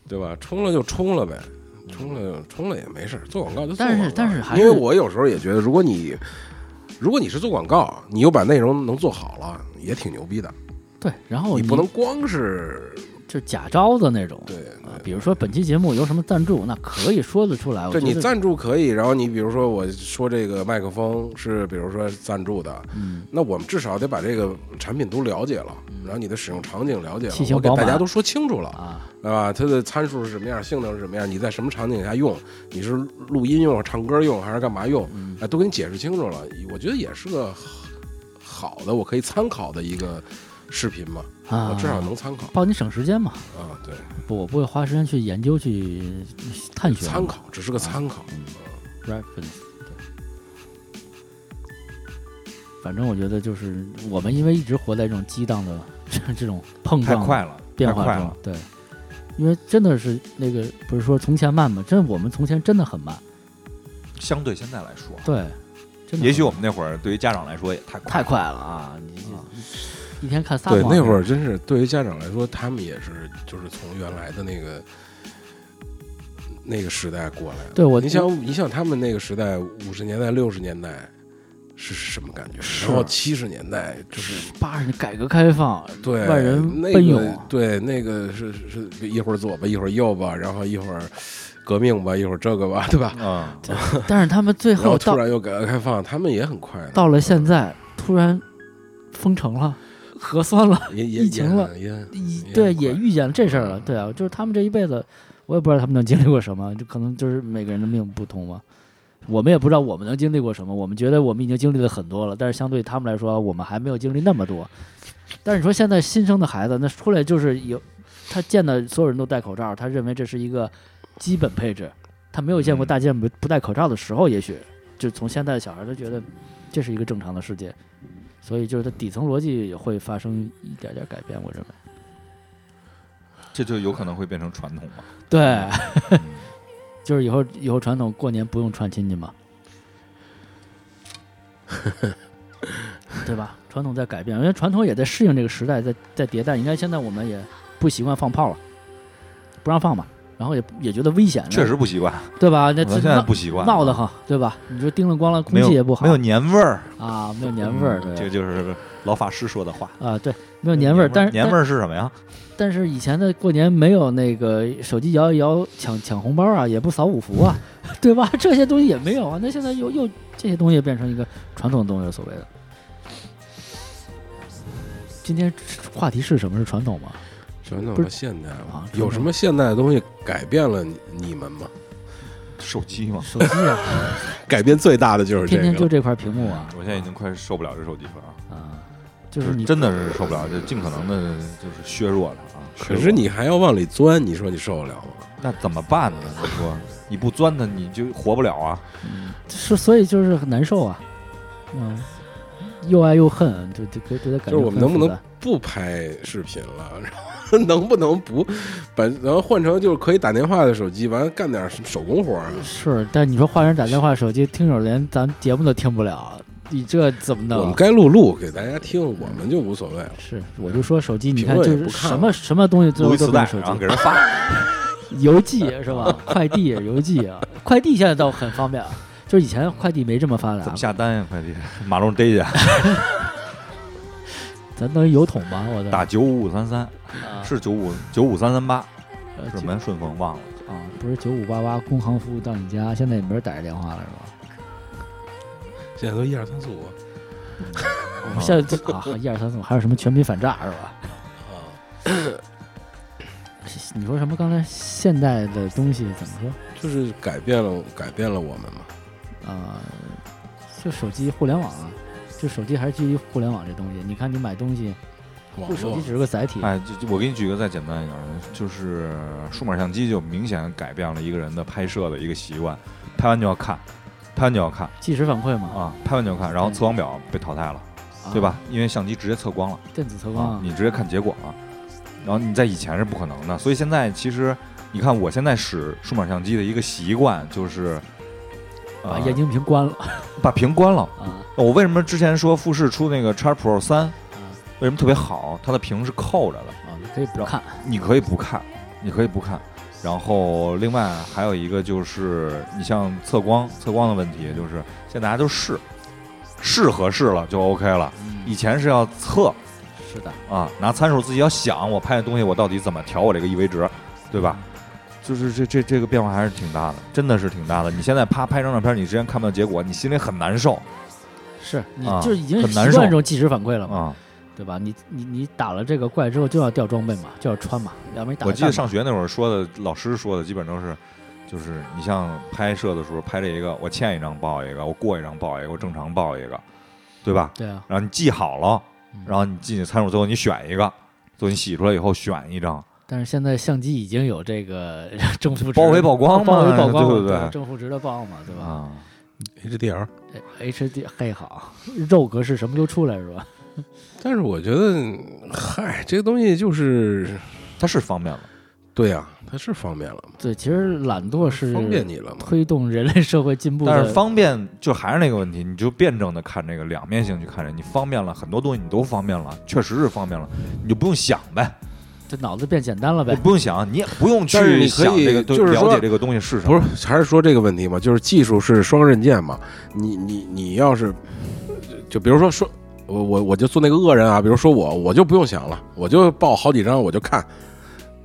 C: 对吧？冲了就冲了呗，冲了冲了也没事儿，做广告就做
D: 但是
C: 广告
D: 但是还
C: 因为
D: 是
C: 我有时候也觉得，如果你如果你是做广告，你又把内容能做好了，也挺牛逼的。
D: 对，然后
C: 你不能光是
D: 就假招的那种，
C: 对
D: 啊，比如说本期节目有什么赞助，那可以说得出来。我
C: 对
D: 觉
C: 你
D: 得，
C: 赞助可以，然后你比如说我说这个麦克风是比如说赞助的，
D: 嗯，
C: 那我们至少得把这个产品都了解了，然后你的使用场景了解了
D: 器，型
C: 我给
D: 饱
C: 大家
D: 满
C: 都说清楚了，
D: 啊，
C: 对吧？它的参数是什么样，性能是什么样，你在什么场景下用，你是录音用、唱歌用还是干嘛用，哎，都给你解释清楚了。我觉得也是个好的，我可以参考的一个视频嘛，
D: 啊
C: 我至少能参考
D: 帮你省时间嘛。
C: 啊，对，
D: 不，我不会花时间去研究去探寻
C: 参考只是个参考。
D: reference。对，反正我觉得就是我们因为一直活在这种激荡的 [laughs] 这种碰
E: 太
D: 撞的
E: 快了，
D: 变
E: 太
D: 化
E: 快了
D: 中，，对，因为真的是那个不是说从前慢吗？真我们从前真的很慢，
E: 相对现在来说，
D: 对，真的
E: 也许
D: 很
E: 我们那会儿对于家长来说也太快
D: 太
E: 了
D: 快了啊！你这一天看仨
C: 对，
D: 广告
C: 那会儿真是对于家长来说，他们也是就是从原来的那个那个时代过来的。
D: 对我
C: 你想你想他们那个时代，五十年代、六十年代是是什么感觉？
D: 是
C: 然后七十年代就是
D: 八十年改革开
C: [laughs]
D: 放，
C: 对
D: 外人
C: 那
D: 奔涌啊
C: 个对那个是是是一会儿左吧，一会儿右吧，然后一会儿革命吧，一会儿这个吧，对吧？
E: 嗯，
D: 但是他们最
C: 然后
D: 后
C: 突
D: 到
C: 然又改革开放，他们也很快的，
D: 到了现在，突然封城了，核酸了，
C: 也也
D: 疫情了
C: 也也
D: 一
C: 也
D: 对
C: 很快嗯
D: 也遇见了这事儿了，对啊，就是他们这一辈子，我也不知道他们能经历过什么，就可能就是每个人的命不同嘛。我们也不知道我们能经历过什么，我们觉得我们已经经历了很多了，但是相对他们来说，我们还没有经历那么多。但是你说现在新生的孩子，那出来就是有他见到所有人都戴口罩，他认为这是一个基本配置，他没有见过
E: 嗯
D: 大街上不不戴口罩的时候，也许就从现在的小孩，他觉得这是一个正常的世界，所以就是他底层逻辑也会发生一点点改变，我认为。
E: 这就有可能会变成传统嘛。
D: 嗯对，
E: 嗯
D: [laughs] 就是以后以后传统过年不用串亲
E: [laughs]
D: 戚嘛，对吧？传统在改变，因为传统也在适应这个时代，在在迭代。你看现在我们也不习惯放炮了，不让放嘛，然后也也觉得危险，
E: 确实不习惯，
D: 对吧？那
E: 我
D: 这
E: 现在
D: 闹
E: 不习惯，
D: 闹得很，对吧？你说叮了咣啷，空
E: 没有
D: 气也不好，
E: 没有年味儿，
D: 啊，没有年味儿，
E: 嗯
D: 对
E: 这
D: 吧
E: 就是老法师说的话。
D: 啊，对，没有年味儿，但是
E: 年味儿是什么呀？
D: 但是以前的过年没有那个手机摇一摇抢抢红包啊，也不扫五福啊，对吧？这些东西也没有啊。那现在又又这些东西变成一个传统的东西，所谓的。今天话题是什么？是啊传统吗？
C: 传统
D: 不
C: 和
D: 是
C: 现代嘛
D: 啊
C: 有什么现代的东西改变了你你们吗？
E: 手机吗？
C: [laughs]
D: 手机啊，
C: 改变最大的就是这
D: 天天就
C: 个。
D: 这块屏幕啊
E: 我现在已经快受不了这手机了啊，
D: 啊，就
E: 就是是
D: 你
E: 真的是受不了，就尽可能的就是削弱它啊。
C: 可
E: 削弱
C: 是你还要往里钻，你说你受得了吗？
E: 那怎么办呢？你说你不钻它，你就活不了啊。
D: 是所以就是很难受啊，嗯，又爱又恨，就就给给他感觉
C: 就是我们
D: 很
C: 能不
D: 复
C: 能
D: 杂
C: 不拍视频了？ [laughs] 然后能不能不把然后换成就是可以打电话的手机，完了干点手工活儿？啊
D: 是？但你说换人打电话，手机听友连咱节目都听不了，你这怎么弄？啊
C: 我们该录录给大家听，我们就无所谓了。
D: 是，我就说手机，你
C: 评
D: 看
C: 论
D: 就
C: 也
D: 是
C: 不看
D: 什
C: 了
D: 么什么东西最
E: 录
D: 后
E: 一
D: 都
E: 磁
D: 变
E: 带，
D: 手
E: 然后给
D: 机，
E: 人发。 [laughs]
D: 邮寄是吧？快递、邮寄啊，快递现在倒很方便啊，就是以前快递没这么发
E: 怎
D: 达
E: 么，下单呀？快递，马路上逮去，
D: 咱弄一邮筒吧，我的
E: 打九五五三三，
D: 啊
E: 是九五九五三三八，
D: 呃
E: 是
D: 九
E: 门顺丰忘了。
D: 啊，不是九五八八工行服务到你家，现在也没人打这电话了是吧？
C: 现在都一二三四五啊
D: 我们现在啊，一二三四五，还有什么全民反诈是吧？ [coughs]
C: 啊，
D: 你说什么？刚才现代的东西怎么说？
C: 就是改变了改变了我们嘛。
D: 呃，就手机互联网啊，就手机还是基于互联网这东西。你看你买东西，
C: 网
D: 就手
C: 络
D: 机只是个载体，
E: 哎，就就我给你举个再简单一点的，就是数码相机就明显改变了一个人的拍摄的一个习惯，拍完就要看，拍完就要看
D: 即时反馈嘛，
E: 啊，拍完就要看，然后测光表被淘汰了，
D: 嗯啊
E: 对吧？？因为相机直接测光了。
D: 电子测光
E: 啊
D: 啊，，
E: 你直接看结果了。然后你在以前是不可能的，所以现在其实你看我现在使数码相机的一个习惯就是，
D: 把
E: 呃，
D: 液晶屏关了
E: 把屏关了。哦
D: 啊
E: 我为什么之前说富士出那个 X Pro 三
D: 啊
E: 为什么特别好？它的屏是扣着的，
D: 啊，可以不看
E: 你可以不看，你可以不看。然后另外还有一个就是，你像测光测光的问题，就是现在大家都试，试合适了就 OK 了。
D: 嗯，
E: 以前是要测，
D: 是的，
E: 啊，拿参数自己要想，我拍的东西我到底怎么调我这个 EV 值，对吧？
D: 嗯
E: 就是这这这个变化还是挺大的，真的是挺大的。你现在啪拍张照片，你之前看不到结果，你心里很难受
D: 是你
E: 啊
D: 就是已经
E: 很
D: 习
E: 难
D: 惯
E: 受
D: 这种即时反馈了嘛，
E: 啊。
D: 对吧？你你你打了这个怪之后就要掉装备嘛，就要穿嘛，要不然你打
E: 我记得
D: 干嘛
E: 上学那会儿说的，老师说的基本都是，就是你像拍摄的时候拍这一个，我欠一张报一个，我过一张报一个，我正常报一个，对吧？
D: 对啊，
E: 然后你记好了
D: 嗯，
E: 然后你进去参数，最后你选一个，最后你洗出来以后选一张，
D: 但是现在相机已经有这个 [laughs] 正负值
E: 包围曝光嘛
D: 包围曝光
E: 对
D: 了
E: 不对
D: 正负值的曝嘛，对吧
E: 啊。
C: HDR。
D: ？HD 嘿好，肉格式什么都出来是吧？
C: 但是我觉得，嗨，这个东西就是
E: 它是方便了，
C: 对呀、它是方便了嘛，
D: 对，其实懒惰是
C: 方便你了嘛。
D: 推动人类社会进步的，
E: 但是方便就还是那个问题，你就辩证的看这个两面性去看这，你方便了很多东西，你都方便了，确实是方便了，你就不用想呗，
D: 这脑子变简单了
E: 你
D: 呗。
E: 不用想，你也不用
C: 但是
E: 去
C: 你可
E: 想这个
C: 以
E: 东，
C: 就是
E: 了
C: 说
E: 解这个东西是什么，
C: 不是，还是说这个问题嘛，就是技术是双刃剑嘛。你你你要是，就比如说说，我我我就做那个恶人啊，比如说我我就不用想了，我就报好几张我就看。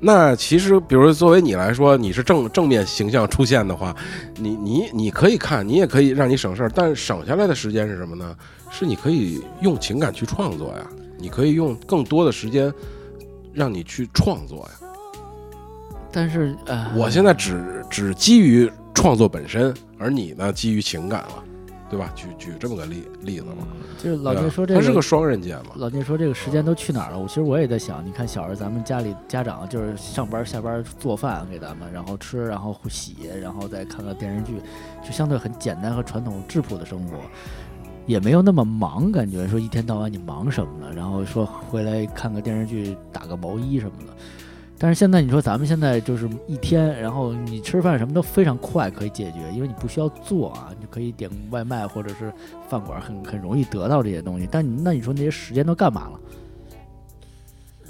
C: 那其实，比如说作为你来说，你是正正面形象出现的话，你你你可以看，你也可以让你省事儿，但省下来的时间是什么呢？是你可以用情感去创作呀，你可以用更多的时间让你去创作呀。
D: 但是呃，
C: 我现在只只基于创作本身，而你呢，基于情感了，对吧？举举这么个例例子嘛。
D: 就是老
C: 对啊
D: 聂
C: 吧
D: 说这
C: 它是个双刃剑嘛。
D: 老聂说这个时间都去哪儿了？我其实我也在想，你看小时候咱们家里家长就是上班下班做饭给咱们，然后吃，然后洗，然后再看个电视剧，就相对很简单和传统质朴的生活，也没有那么忙，感觉说一天到晚你忙什么呢？然后说回来看个电视剧，打个毛衣什么的。但是现在你说咱们现在就是一天，然后你吃饭什么都非常快可以解决，因为你不需要做啊，你可以点外卖或者是饭馆很很容易得到这些东西，但你那你说那些时间都干嘛了？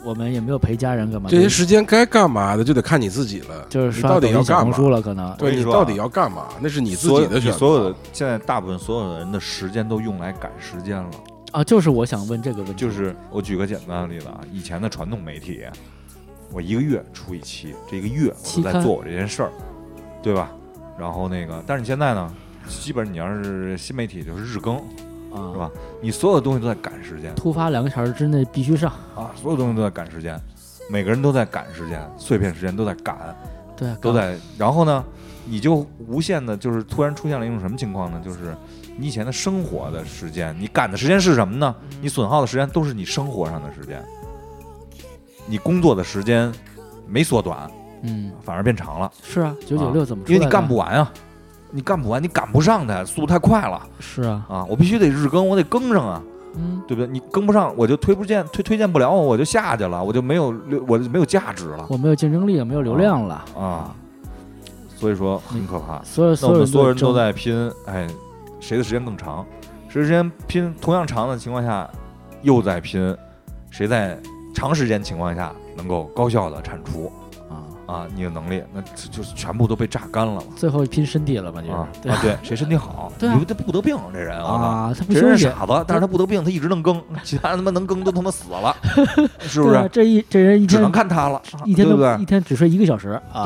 D: 我们也没有陪家人干嘛，
C: 这些
D: 就
C: 时间该干嘛的就得看你自己了，
D: 就是
C: 你
D: 刷
C: 到
D: 抖
C: 底
D: 音
C: 要
D: 小
C: 干
D: 红
C: 嘛？
D: 书了，可能
E: 我
C: 对
E: 跟
C: 你
E: 你说
C: 到
E: 啊
C: 底要干嘛？那是你自
E: 所
C: 己
E: 有
C: 的选择。
E: 所有的现在大部分所有的人的时间都用来赶时间了。
D: 啊，就是我想问这个问题，
E: 就是我举个简单的例子啊，以前的传统媒体，我一个月出一期，这一个月我
D: 期
E: 都
D: 刊
E: 在做我这件事儿，对吧？然后那个，但是你现在呢，基本你要是新媒体就是日更，
D: 啊，
E: 是吧？你所有东西都在赶时间
D: 突发两个小时之内必须上，
E: 啊，所有东西都在赶时间，每个人都在赶时间，碎片时间都在赶，
D: 对啊，
E: 都
D: 刚
E: 在。然后呢，你就无限的，就是突然出现了一种什么情况呢？就是你以前的生活的时间，你赶的时间是什么呢？
D: 嗯
E: 你损耗的时间都是你生活上的时间，你工作的时间没缩短，
D: 嗯，
E: 反而变长了，
D: 是啊，九九六怎么出
E: 因
D: 来的？
E: 为你干不完啊，你干不完，你赶不上它，速度太快了
D: 是啊，
E: 啊！我必须得日更，我得更上啊，
D: 嗯，
E: 对不对？你更不上，我就推不荐推推荐不了我，我就下去了，我就没有我就没有价值了
D: 我没有竞争力了，没有流量了
E: 啊，，所以说很可怕。
D: 所有
E: 那
D: 所
E: 我
D: 有
E: 们所有人都
D: 争
E: 在拼，哎，谁的时间更长？谁的时间拼同样长的情况下，又在拼，谁在长时间情况下能够高效的产出
D: 啊，
E: 啊你的能力，那就就是全部都被榨干了嘛
D: 最后拼身体了吧，就是
E: 啊
D: 对
E: 啊！对，谁身体好，
D: 对啊
E: 你不不得病这人我操。
D: 啊，他不
E: 这
D: 休
E: 人
D: 息
E: 是。傻子，但是他不得病，他一直能更，其他人他妈能更都他妈死
D: [laughs]
E: 了，是不
D: 对啊
E: 是？
D: 这一这人一
E: 只
D: 天
E: 能看他了，啊
D: 一天
E: 对
D: 都
E: 不对
D: 一？天只睡一个小时啊！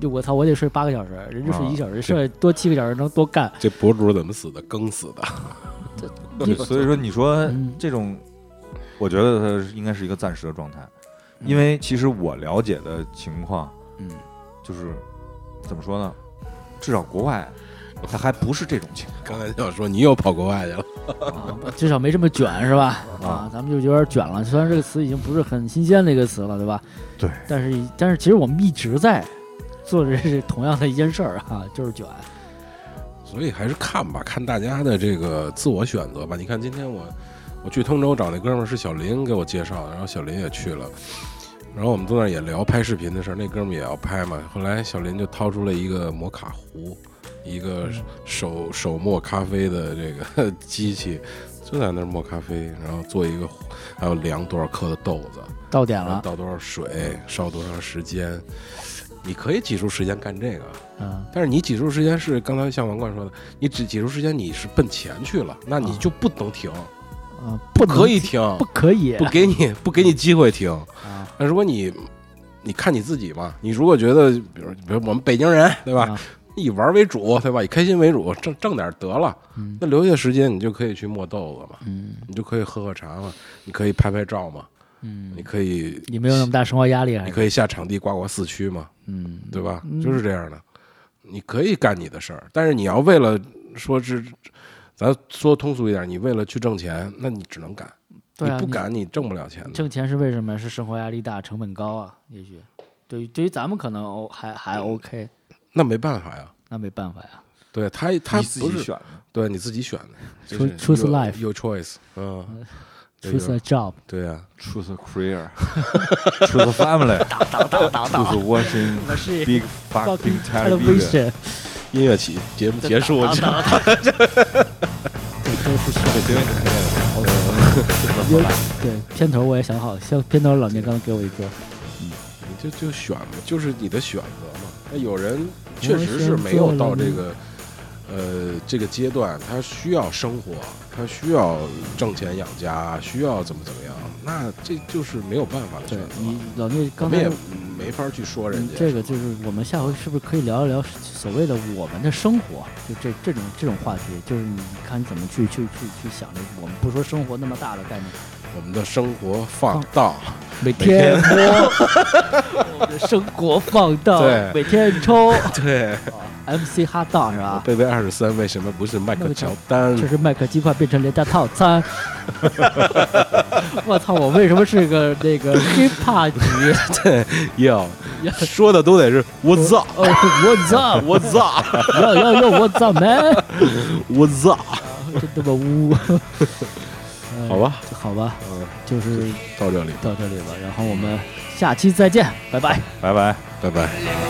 E: 对，
D: 我操，我得睡八个小时，人家睡一个小时，
C: 啊
D: 睡多七个小时能多干。
C: 这博主怎么死的？更死的。 [laughs]
E: 对，所以说你说
D: 嗯
E: 这种，我觉得它应该是一个暂时的状态，
D: 嗯
E: 因为其实我了解的情况
D: 嗯，
E: 就是怎么说呢，至少国外它还不是这种情
C: 刚才就要说你又跑国外去了，
D: 啊至少没这么卷是吧？啊，咱们就有点卷了。虽然这个词已经不是很新鲜的一个词了，对吧？
E: 对。
D: 但是但是，其实我们一直在做着这同样的一件事儿啊，就是卷。
C: 所以还是看吧，看大家的这个自我选择吧。你看今天我我去通州找那哥们儿是小林给我介绍的，然后小林也去了，然后我们坐那儿也聊拍视频的事儿，那哥们儿也要拍嘛。后来小林就掏出了一个摩卡壶，一个手手磨咖啡的这个 [laughs] 机器，就在那儿磨咖啡，然后做一个，还有量多少克的豆子。
D: 到点
C: 然后
E: 啊
D: 了，
C: 倒多少水，烧多长时间，你可以挤出时间干这个。
D: 嗯，
C: 但是你挤出时间是刚才像王冠说的，你只挤出时间你是奔钱去了，那你
D: 啊
C: 就不能停，
D: 啊，不能
C: 可以，停，
D: 不可以
C: 不给你 [laughs] 不给你机会停。
D: 啊，
C: 那如果你你看你自己嘛，你如果觉得，比如比如我们北京人对吧
D: 啊，
C: 以玩为主对吧，以开心为主，挣挣点得了，
D: 嗯
C: 那留下时间你就可以去磨豆子嘛，
D: 嗯
C: 你就可以喝喝茶嘛，你可以拍拍照嘛，
D: 嗯
C: 你，可以
D: 你没有那么大生活压力，还
C: 你
D: 是
C: 可以下场地刮刮四驱嘛，
D: 嗯，
C: 对吧
D: 嗯？
C: 就是这样的，你可以干你的事儿，但是你要为了说是，咱说通俗一点，你为了去挣钱，那你只能干，
D: 对啊
C: 你不敢你挣不了钱的。
D: 挣钱是为什么？是生活压力大，成本高啊。也许对于对于咱们可能哦还还 OK，
C: 那没办法呀。
D: 那没办法呀。
C: 对他，他
E: 况，你自
C: 不
E: 己
C: 是
E: 选的。
C: 对你自己选的，就是
D: Choose- choose
C: your-
D: life
C: your choice，嗯，
D: [laughs]
C: 这
D: Choose a
C: 个
D: job，
C: 对啊呀，
E: Choose a career, [laughs] choose a family, [laughs] choose watching [laughs]
D: 我是
E: big fucking television。
C: 音乐起节目结束，
D: 这都是小
E: 对
D: 有对片头我也想好，像片头老聂刚给我一歌，
C: 你就就选嘛，就是你的选择嘛。那有人确实是没有到这个呃这个阶段，他需要生活，他需要挣钱养家，需要怎么怎么样，那这就是没有办法的选
D: 对
C: 择。
D: 你老聂
C: 我
D: 刚
C: 们
D: 才
C: 也没法去说人
D: 嗯
C: 家。
D: 这个就是我们下回是不是可以聊一聊所谓的我们的生活？就这这种这种话题，就是你看你怎么去去去去想这，我们不说生活那么大的概念，
C: 我们的生活放荡， [laughs]
D: 每天摸， [laughs] 我们的生活放荡，
C: 对
D: 每天抽
C: [laughs] 对，
D: MC 哈荡是吧？
C: 贝贝二十三为什么不是迈克乔丹？
D: 这是麦克鸡块变成廉价套餐。 [laughs] 我操！我为什么是个那个 hiphop 局？
C: 哟，说的都得是我操，
D: [laughs] 哦，What's up？
C: 我操，
D: 要要要 What's up man？
C: 我操，
D: 真他妈污！呃
C: 好吧，
D: 好吧，
C: 嗯，
D: 就是
C: 到这里，
D: 到这里吧，然后我们下期再见，拜拜。
E: 拜拜。
C: 拜拜。
A: 流